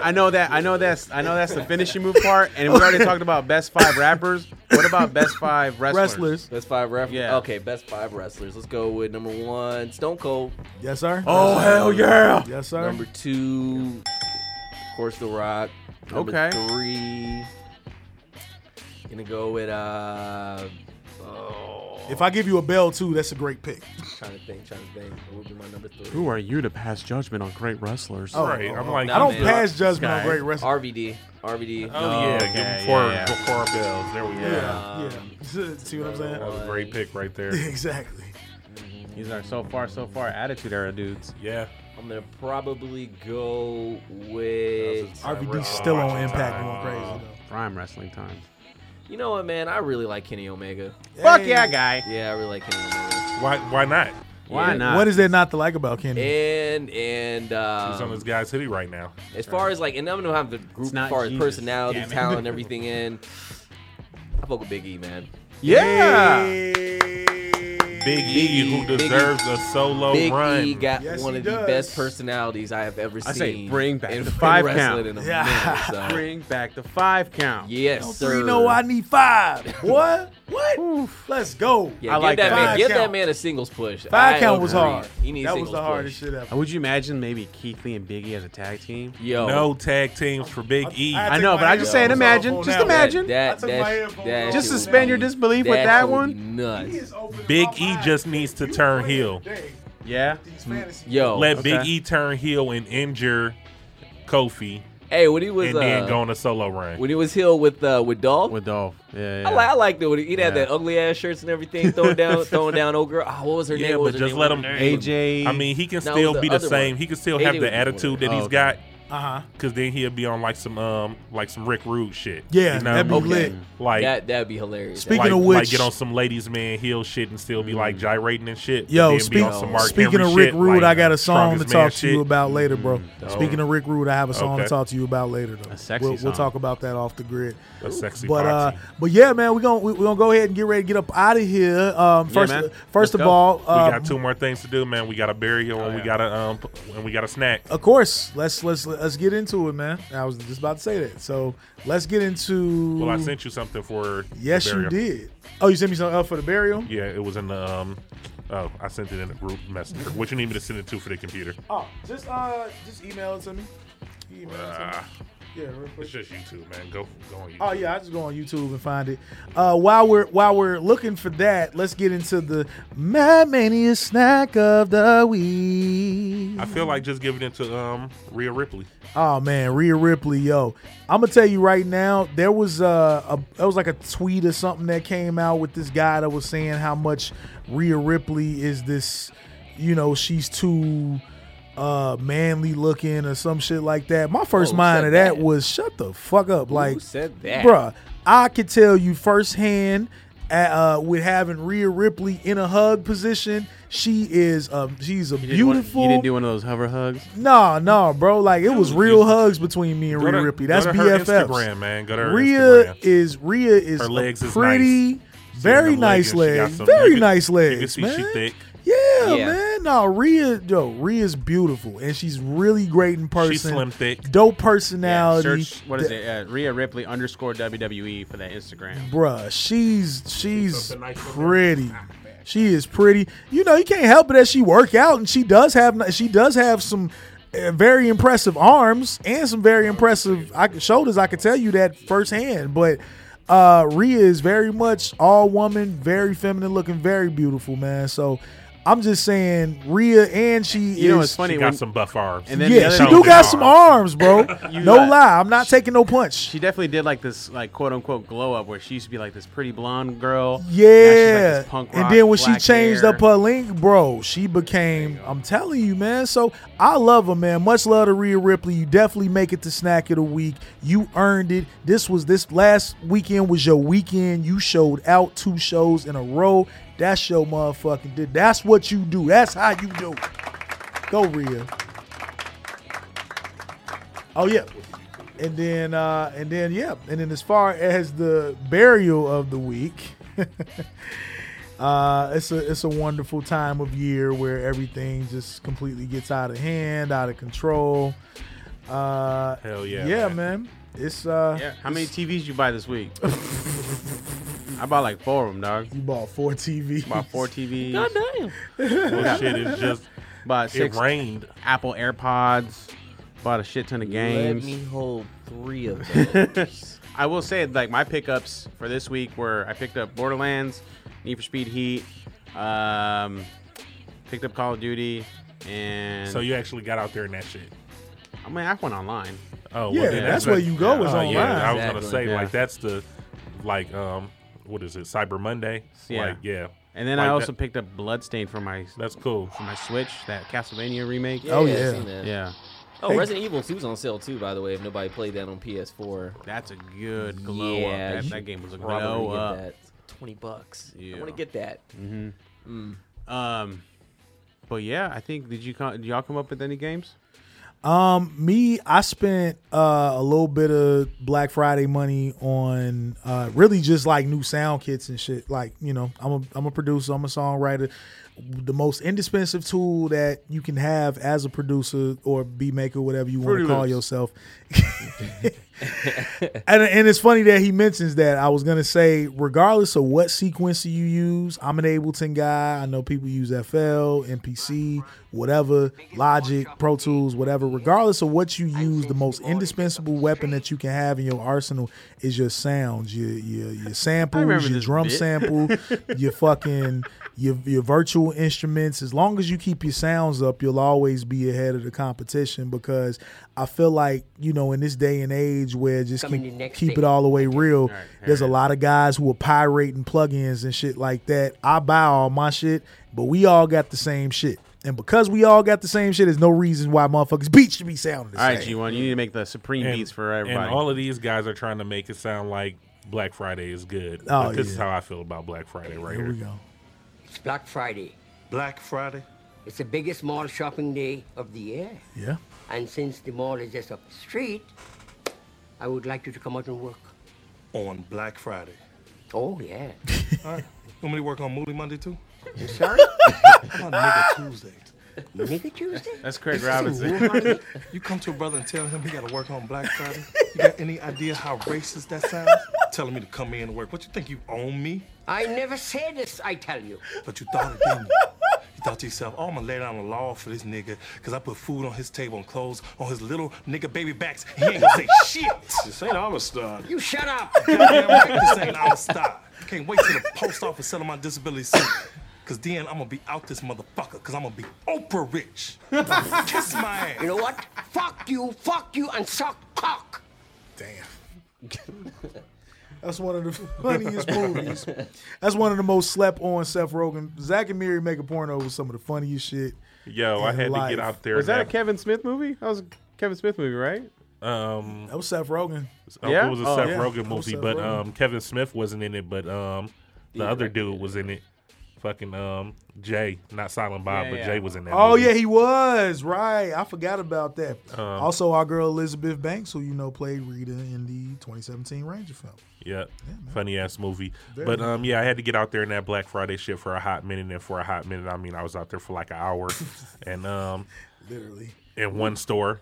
A: I know that I know that's I know that's the finishing move part, and we already talked about best five rappers. What about best five wrestlers?
C: Wrestlers.
F: best five wrestlers.
A: Yeah.
F: Okay, best five wrestlers. Let's go with number one, Stone Cold.
C: Yes, sir.
A: Oh hell yeah!
C: Yes, sir.
F: Number two, of course, The Rock. Number
A: Okay.
F: Three. Gonna go with uh. Oh,
C: If I give you a bell too, that's a great pick.
F: trying to think, trying to think. What would be my number three?
A: Who are you to pass judgment on great wrestlers?
C: Oh,
E: right.
C: oh,
E: I'm
C: oh.
E: like,
F: Nah,
C: I don't
F: man.
C: pass judgment on
A: Sky.
C: great wrestling.
F: RVD. RVD.
C: Uh-huh.
E: oh, yeah, give
A: okay,
E: him four,
A: yeah, yeah.
E: four bells. There we go.
C: yeah, yeah. See what I'm saying?
E: That was a great pick right there.
C: Exactly.
A: These are so far, so far attitude era dudes.
E: Yeah.
F: I'm gonna probably go with.
C: RVD's still on impact going crazy
A: Prime wrestling time.
F: You know what, man? I really like Kenny Omega.
C: though.
A: Fuck
C: Hey.
A: yeah, guy.
F: Yeah, I really like Kenny Omega.
E: Why, why not?
A: Why
F: Yeah.
A: not?
C: What is there not to like about Kenny?
F: And and
E: He's on
F: um,
E: this guy's hoodie right now.
F: as far as like, and I'm gonna have the group
A: It's
F: as
A: not
F: far
A: Jesus,
F: as personality,
A: damn it.
F: talent, and everything in. I fuck with Big E, man.
A: Yeah.
E: Big E, who
F: Big E.
E: deserves a solo
F: Big
E: run.
F: E got
C: Yes,
F: one
C: he
F: of
C: does.
F: the best personalities I have ever
A: I
F: seen.
A: say bring back
F: in
A: the
F: pro
A: five
F: wrestling
A: count.
F: in a
C: Yeah.
F: minute, so.
A: Bring back the five count.
F: Yes,
C: Don't
F: sir.
C: three, no, I need five. What? What? Let's go.
F: Yeah,
A: I
F: give
A: like
F: that,
A: that.
F: man.
C: Five
F: Give that
C: count.
F: man a singles push.
C: Five
F: I
C: count was
F: agree.
C: hard.
F: He needs
C: that was
F: singles
C: the hardest
F: push.
C: shit ever.
A: Would you imagine maybe Keith Lee and Biggie as a tag team?
F: Yo,
E: No tag teams for Big E.
C: I-
A: I know, but I just saying,
C: Yo.
A: imagine. Just
C: That-
A: imagine.
F: that
C: I took my
F: that,
C: headphones
F: that
C: off.
A: just
F: shit would
A: suspend your
F: be-
A: disbelief with
F: that
A: that
F: shit would be
A: one.
F: Nuts.
E: Big E just needs to turn heel.
A: Yeah.
F: Yo,
E: Let
A: Okay.
E: Big E turn heel and injure Kofi,
F: hey, when he was
E: and then go
F: uh,
E: on a solo run.
F: when he was heel with uh, with Dolph,
A: With Dolph. Yeah. yeah.
F: I, li- I liked it. when he- He'd have
A: Yeah.
F: that ugly ass shirts and everything throwing down, throwing down old girl. Oh, what was her
E: Yeah,
F: name?
E: but
F: What was her
E: just
F: name?
E: let
F: What was
E: him-
F: her name?
E: Hey,
A: AJ.
E: I mean, he can
F: No,
E: still
F: the
E: be the
F: other
E: same.
F: one.
E: He can still
F: They
E: have
F: didn't
E: the
F: do
E: attitude that
A: Oh,
E: he's
A: okay.
E: got,
C: Uh huh.
E: because then he'll be on like some um like some Rick Rude shit.
C: Yeah,
E: You know
C: that'd be
E: what I mean?
C: lit.
E: Like
F: that that'd be hilarious.
C: Speak-
E: like,
C: Speaking of
E: like
C: which-
E: get on some ladies man heel shit and still be
F: Mm.
E: like gyrating and shit.
C: Yo,
E: then be
C: speak-
E: on some Mark
C: speaking
E: Henry
C: of Rick
E: shit,
C: Rude,
E: like,
C: I got a song to
E: strongest man
C: talk to
E: shit.
C: you about later, bro. Speaking of Rick Rude, I have a song to
E: Okay.
C: talk to you about later, though.
A: Mm. A sexy
C: we'll, we'll
A: song.
C: talk about that off the grid.
E: A sexy
C: But uh,
E: boxy.
C: but yeah, man, we're gonna we're gonna go ahead and get ready to get up out of here. Um, first
A: man.
C: first
A: Let's
C: of
A: go.
C: all, uh,
E: we got two more things to do, man. We got a burial and
C: Oh,
E: we got a um p- and we got a snack.
C: of course, let's let's let's get into it, man. I was just about to say that, so let's get into.
E: Well, I sent you something for the
C: Mm. yes, you
E: burial.
C: did. Oh, you sent me something up for the burial.
E: Yeah, it was in the um. Oh, I sent it in a group messenger. What you need me to send it to for the computer?
C: Oh, just uh, just email it to me. Email it to
E: Uh,
C: me. Yeah, real quick.
E: it's just YouTube, man. Go, go on YouTube.
C: Oh yeah, I just go on YouTube and find it. Uh, while we're while we're looking for that, let's get into the Mad Mania snack of the week.
E: I feel like just giving it to um Rhea Ripley.
C: Oh man, Rhea Ripley, yo. I'm gonna tell you right now, there was uh, a there was like a tweet or something that came out with this guy that was saying how much Rhea Ripley is this, you know, she's too uh manly looking or some shit like that. My first
F: Who
C: mind
F: said
C: of that,
F: that?
C: was shut the fuck up. like
F: said that?
C: Bruh, I could tell you firsthand uh, uh, with having Rhea Ripley in a hug position, she is um she's a
A: You didn't want-
C: beautiful
A: you didn't do one of those hover hugs.
C: no, no, bro. Like it was real hugs between me and
E: Go
C: Rhea
E: to-
C: Ripley.
E: go
C: That's
E: to her Instagram,
C: BFF.
E: man. Go to her
C: Rhea
E: Instagram.
C: is Rhea is
E: Her
C: a
E: legs is
C: pretty,
E: nice.
C: very
E: them
C: nice
E: leggings, she got
C: legs,
E: some-
C: very
E: you can-
C: nice
E: you can
C: legs,
E: see she
C: man.
E: thick.
C: Yeah,
F: Yeah.
C: man. No, Rhea, yo, Rhea's beautiful and she's really great in person.
E: slim thick.
C: dope
A: Yeah,
C: personality.
A: search what is
C: The-
A: it? Uh, Rhea Ripley underscore WWE for that Instagram.
C: Bruh, she's she's
E: something nice for her.
C: pretty. She is pretty. You know, you can't help it that she work out and she does have she does have some uh, very impressive arms and some very impressive I, can- shoulders. I can tell you that firsthand. But uh Rhea is very much all woman, very feminine looking, very beautiful, man. So I'm just saying, Rhea and she is.
A: You know, it's funny
E: She
A: when
E: got some buff arms.
A: And then the
C: Yeah,
A: other
C: she
A: thing-
C: do got some arms, bro. no
A: got-
C: lie, I'm not taking no punch.
A: She definitely did like this, like quote unquote glow up, where she used to be like this pretty blonde girl. Now she's, like,
C: Yeah.
A: this punk
C: and
A: rock,
C: then when she
A: black
C: changed
A: hair.
C: up her link, bro, she became, I'm telling you, man. So I love her, man. Much love to Rhea Ripley. You definitely make it to snack of the week. You earned it. This was this last weekend was your weekend. You showed out two shows in a row. That's your motherfucking did. That's what you do. That's how you do. it. Go Rhea. Oh yeah. And then uh and then yeah. And then as far as the burial of the week. Uh, it's a it's a wonderful time of year where everything just completely gets out of hand, out of control. Uh,
E: Hell yeah,
C: yeah, man.
E: man.
C: It's uh,
A: Yeah. How many TVs you buy this week? I bought like four of them, dog.
C: you bought four TVs.
A: Bought four TVs.
F: God damn.
E: Well, shit is just
A: Bought six
E: it rained.
A: Apple AirPods. Bought a shit ton of games.
F: Let me hold three of those.
A: I will say, like my pickups for this week were I picked up Borderlands, Need for Speed Heat, um, picked up Call of Duty, and
E: So you actually got out there in that shit.
A: I mean, I went online.
E: Oh,
C: Yeah,
E: then
C: that's where you go
E: yeah.
C: is
E: Oh,
C: online.
E: Yeah, I was
F: Exactly.
E: gonna say
A: Yeah.
E: like that's the like um what is it Cyber Monday?
A: Yeah.
E: like, yeah.
A: And then
E: Like
A: I
E: that-
A: also picked up Bloodstain for my
E: That's cool.
A: for my Switch, that Castlevania remake.
C: Oh,
F: I
C: yeah.
F: seen that.
A: Yeah.
F: Oh, Resident Evil 2's on sale too, by the way. If nobody played that on PS4,
A: That's a good glow
F: Yeah,
A: up.
F: you
A: That, that game was a
F: probably
A: glow
F: get
A: up.
F: that. Twenty bucks.
A: Yeah.
F: I want to get that.
A: Um, but yeah, I think did you co- did y'all come up with any games?
C: Um, me, I spent uh, a little bit of Black Friday money on uh, really just like new sound kits and shit. Like you know, I'm a I'm a producer, I'm a songwriter. The most indispensable tool that you can have as a producer or beat maker, whatever you want
A: Fruity
C: to call
A: Loops.
C: yourself, and, and it's funny that he mentions that. I was gonna say, regardless of what sequencer you use, I'm an Ableton guy. I know people use FL, MPC, whatever, Logic, Pro Tools, whatever. Regardless of what you use, the most indispensable weapon that you can have in your arsenal is your sounds, your your, your samples, your
A: this
C: drum
A: bit.
C: sample, your fucking your your virtual instruments. As long as you keep your sounds up, you'll always be ahead of the competition because I feel like, you know, in this day and age where just keep, keep it all the way real, there's a lot of guys who are pirating plugins and shit like that. I buy all my shit, but we all got the same shit. And because we all got the same shit, there's no reason why motherfuckers beats should be sounding the
A: All right,
C: same.
A: G1, you need to make the supreme beats for
E: and
A: everybody.
E: all of these guys are trying to make it sound like Black Friday is good.
C: Oh,
E: But this is
C: yeah.
E: how I feel about Black Friday right
C: Here
E: here.
C: we go.
H: It's Black Friday.
G: Black Friday.
H: It's the biggest mall shopping day of the year.
C: Yeah.
H: And since the mall is just up the street, I would like you to come out and work.
G: On Black Friday.
H: Oh, yeah.
G: Want me to work on Moody Monday too?
H: You sorry?
G: On Nigga Tuesday.
H: Nigga Tuesday?
A: That's Craig Robinson.
G: You come to a brother and tell him he got to work on Black Friday. You got any idea how racist that sounds? Telling me to come in and work. What you think you own me?
H: I never said this, I tell you.
G: But you thought it, didn't you? You thought to yourself, oh, I'm gonna lay down the law for this nigga, cause I put food on his table and clothes on his little nigga baby backs. He ain't gonna say shit. This ain't Amistad.
H: You shut up!
G: Goddamn right, this ain't Amistad. Can't wait till the post office settle my disability suit. Cause then I'm gonna be out this motherfucker, cause I'm gonna be Oprah rich. Kiss my ass.
H: You know what? Fuck you, fuck you, and suck cock!
C: Damn. That's one of the funniest movies. That's one of the most slept on Seth Rogen. Zach and Miri make a porno with some of the funniest shit.
E: Yo, I
C: In
E: had to
C: life.
E: get out there.
A: Was that a
E: and act-
A: Kevin Smith movie? That was a Kevin Smith movie, right?
E: Um,
C: That was Seth Rogen.
E: Oh,
A: Yeah?
E: It was a
A: Oh,
E: Seth
C: yeah. That
E: Rogen
C: was
E: movie,
C: Seth
E: but
C: Rogen.
E: um, Kevin Smith wasn't in it. But um, the other dude was in it. Fucking um, Jay, not Silent Bob,
A: Yeah,
E: but
A: yeah.
E: Jay was in that.
C: Oh
E: movie.
C: yeah, he was right. I forgot about that. also, our girl Elizabeth Banks, who you know played Rita in the 2017 Ranger film.
E: yeah, funny ass movie. but um, yeah, I had to get out there in that Black Friday shit for a hot minute, and for a hot minute, I mean, I was out there for like an hour, and um,
C: Literally,
E: in one store.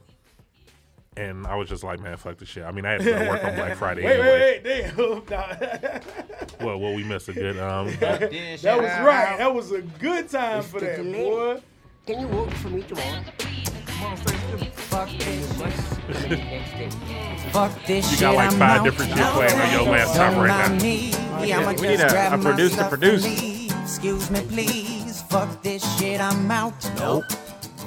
E: And I was just like, man, fuck this shit. I mean, I had to go to work on Black Friday
C: wait,
E: anyway.
C: wait, wait, damn, Nah, that
E: Well, well, we missed a good um,
C: was right. That was a good time for that
H: Mr. Delaney.
C: boy.
H: Can you work for me tomorrow? Fuck this. What's the next day?
I: Fuck this
E: You got like five different shit playing on your laptop right now.
I: now.
A: We need a- a producer to produce.
I: Excuse me, please. Fuck this shit, I'm out. Nope.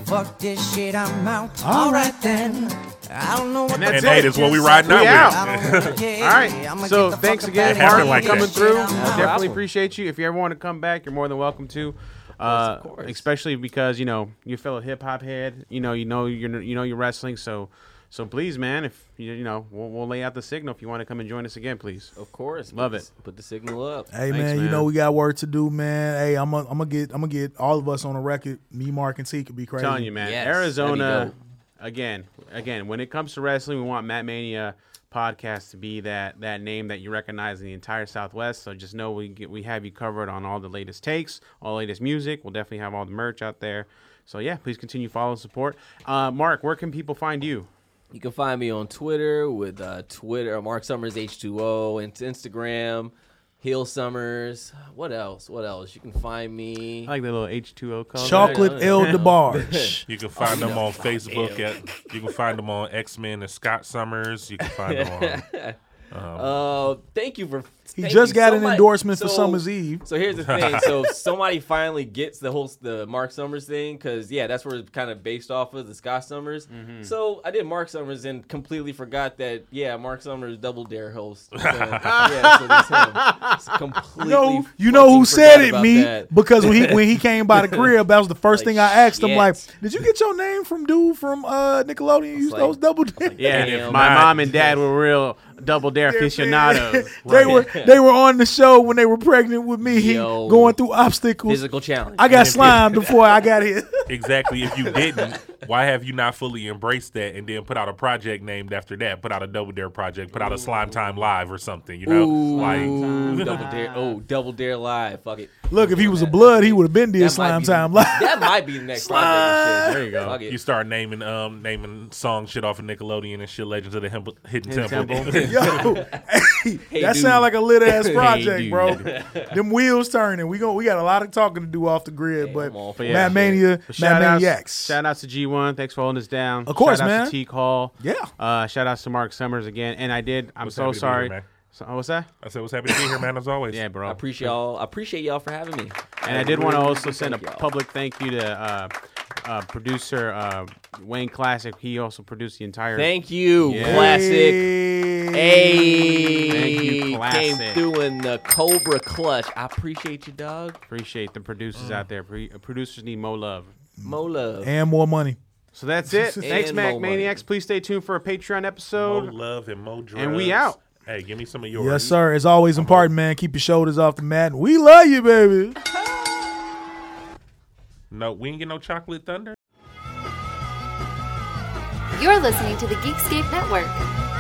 I: Fuck this shit, I'm out. All right then. I don't know what
A: that's
E: And
I: the
A: it.
E: hey,
I: fuck
E: this is what we
I: this
E: riding
I: is.
E: out
A: We
E: with.
A: out.
I: I don't really care.
A: All
I: I'ma
A: right.
I: get
A: So
I: the fuck
A: thanks
I: up
A: again,
I: outta here.
E: Happened
A: Mark,
E: like
A: for coming
E: that.
A: through.
I: I'm out.
A: Definitely appreciate you. If you ever want to come back, you're more than welcome to. Uh, especially because you know you fellow hip hop head, you know you know you're you know you're wrestling, so so please, man, if you you know we'll, we'll lay out the signal if you want to come and join us again, please.
F: Of course.
A: Love
F: put
A: it.
F: the- Put the signal up.
C: Hey
A: Thanks,
C: man, you
A: man.
C: know we got work to do, man. Hey, I'm gonna I'm gonna get I'm gonna get all of us on a record. Me, Mark, and T could be crazy.
A: telling you, man.
F: Yes, that'd
A: Arizona,
F: be
A: again, again. When it comes to wrestling, we want Matt Mania podcast to be that that name that you recognize in the entire Southwest. So just know we get, we have you covered on all the latest takes, all the latest music. We'll definitely have all the merch out there. So yeah, please continue follow and support. Uh, Mark, where can people find you?
F: You can find me on Twitter with uh, Twitter Mark Summers H2O and Instagram Heel Summers. What else? What else? You can find me.
A: I like the little H two O color.
C: Chocolate
F: Yeah,
C: El
F: yeah.
C: DeBarge.
E: You can find
C: Oh,
E: them on Facebook at. You can find them on X Men and Scott Summers. You can find them
F: Uh, thank you for.
C: He
F: thank
C: just
F: you
C: got
F: so
C: an
F: much.
C: endorsement for
F: So-
C: Summer's Eve.
F: So here's the thing. So if somebody finally gets the whole the Mark Summers thing because yeah, that's where it's kind of based off of the Scott Summers.
A: Mm-hmm.
F: So I did Mark Summers and completely forgot that yeah, Mark Summers double dare host. So, yeah, so that's him. It's completely.
C: know, you know who
F: fucking
C: said
F: forgot
C: it,
F: about
C: me.
F: that.
C: Because when he when he came by the crib, that was the first
F: Like,
C: thing I asked him.
F: shit.
C: Like, did you get your name from dude from uh, Nickelodeon? Use
F: like-
C: those double.
F: Yeah,
A: Yeah,
F: Damn.
A: my
E: Mine.
A: mom and dad were real double dare aficionados.
C: they
E: Right.
C: were they were on the show when they were pregnant with me,
F: Yo.
C: going through obstacles.
F: Physical challenge.
C: I got
E: And if-
C: slimed before I got here.
E: Exactly. If you didn't, why have you not fully embraced that and then put out a project named after that? Put out a Double Dare project. Put out a Slime Time Live or something. You know,
F: Ooh,
E: like
F: double dare. Oh, double dare live. Fuck it.
C: Look, if he was a blood, he would have been there.
F: That might
C: Slime
F: be-
C: time live.
F: That might be the next project. and shit.
A: There you go.
F: Fuck it.
E: you start naming um naming song shit off of Nickelodeon and shit. Legends of the Hemp- Hidden,
A: Hidden
E: Temple.
A: Temple.
C: Yo, hey, that
F: dude.
C: sound like a lit ass project,
A: dude.
C: bro. Them wheels turning. We go. We got a lot of talking to do off the grid, but
F: come on,
A: But yeah,
C: Mad
A: shit.
C: Mania,
A: But
C: Mad
A: outs-
F: E
C: Maniacs.
A: Shout outs to G1. Thanks for holding us down.
C: Of course,
A: shout
C: man.
A: Outs to T Call.
C: Yeah.
A: Uh, shout outs to Mark Summers again. And I did. I'm
E: Was
A: so
E: happy to be
A: sorry.
E: here, man.
A: so, what's that?
E: I said, "What's happy to be here, man?" As always.
A: Yeah, bro.
F: I appreciate y'all. I appreciate y'all for having me.
A: And I did want to
F: really
A: also
F: do
A: send a
F: thank y'all.
A: public thank you to uh, uh, producer uh, Wayne Classic. He also produced the entire.
F: Thank you,
A: Yeah.
F: classic. Hey,
A: Thank you,
F: came
A: Classic.
F: through in the Cobra clutch. I appreciate you, dog.
A: Appreciate the producers
F: Mm.
A: out there. Pre- uh, producers need more love.
F: Mo love.
C: and more money.
A: So that's it. Thanks,
F: And
A: Mac
F: more money.
A: Maniacs. Please stay tuned for a Patreon
E: Mo
A: episode.
E: love and mo drugs.
A: And we out.
E: Hey, give me some of yours.
C: Yes, sir. It's always important, man. Keep your shoulders off the mat. and We love you, baby.
E: No, we ain't get no chocolate thunder.
J: You're listening to the Geekscape Network.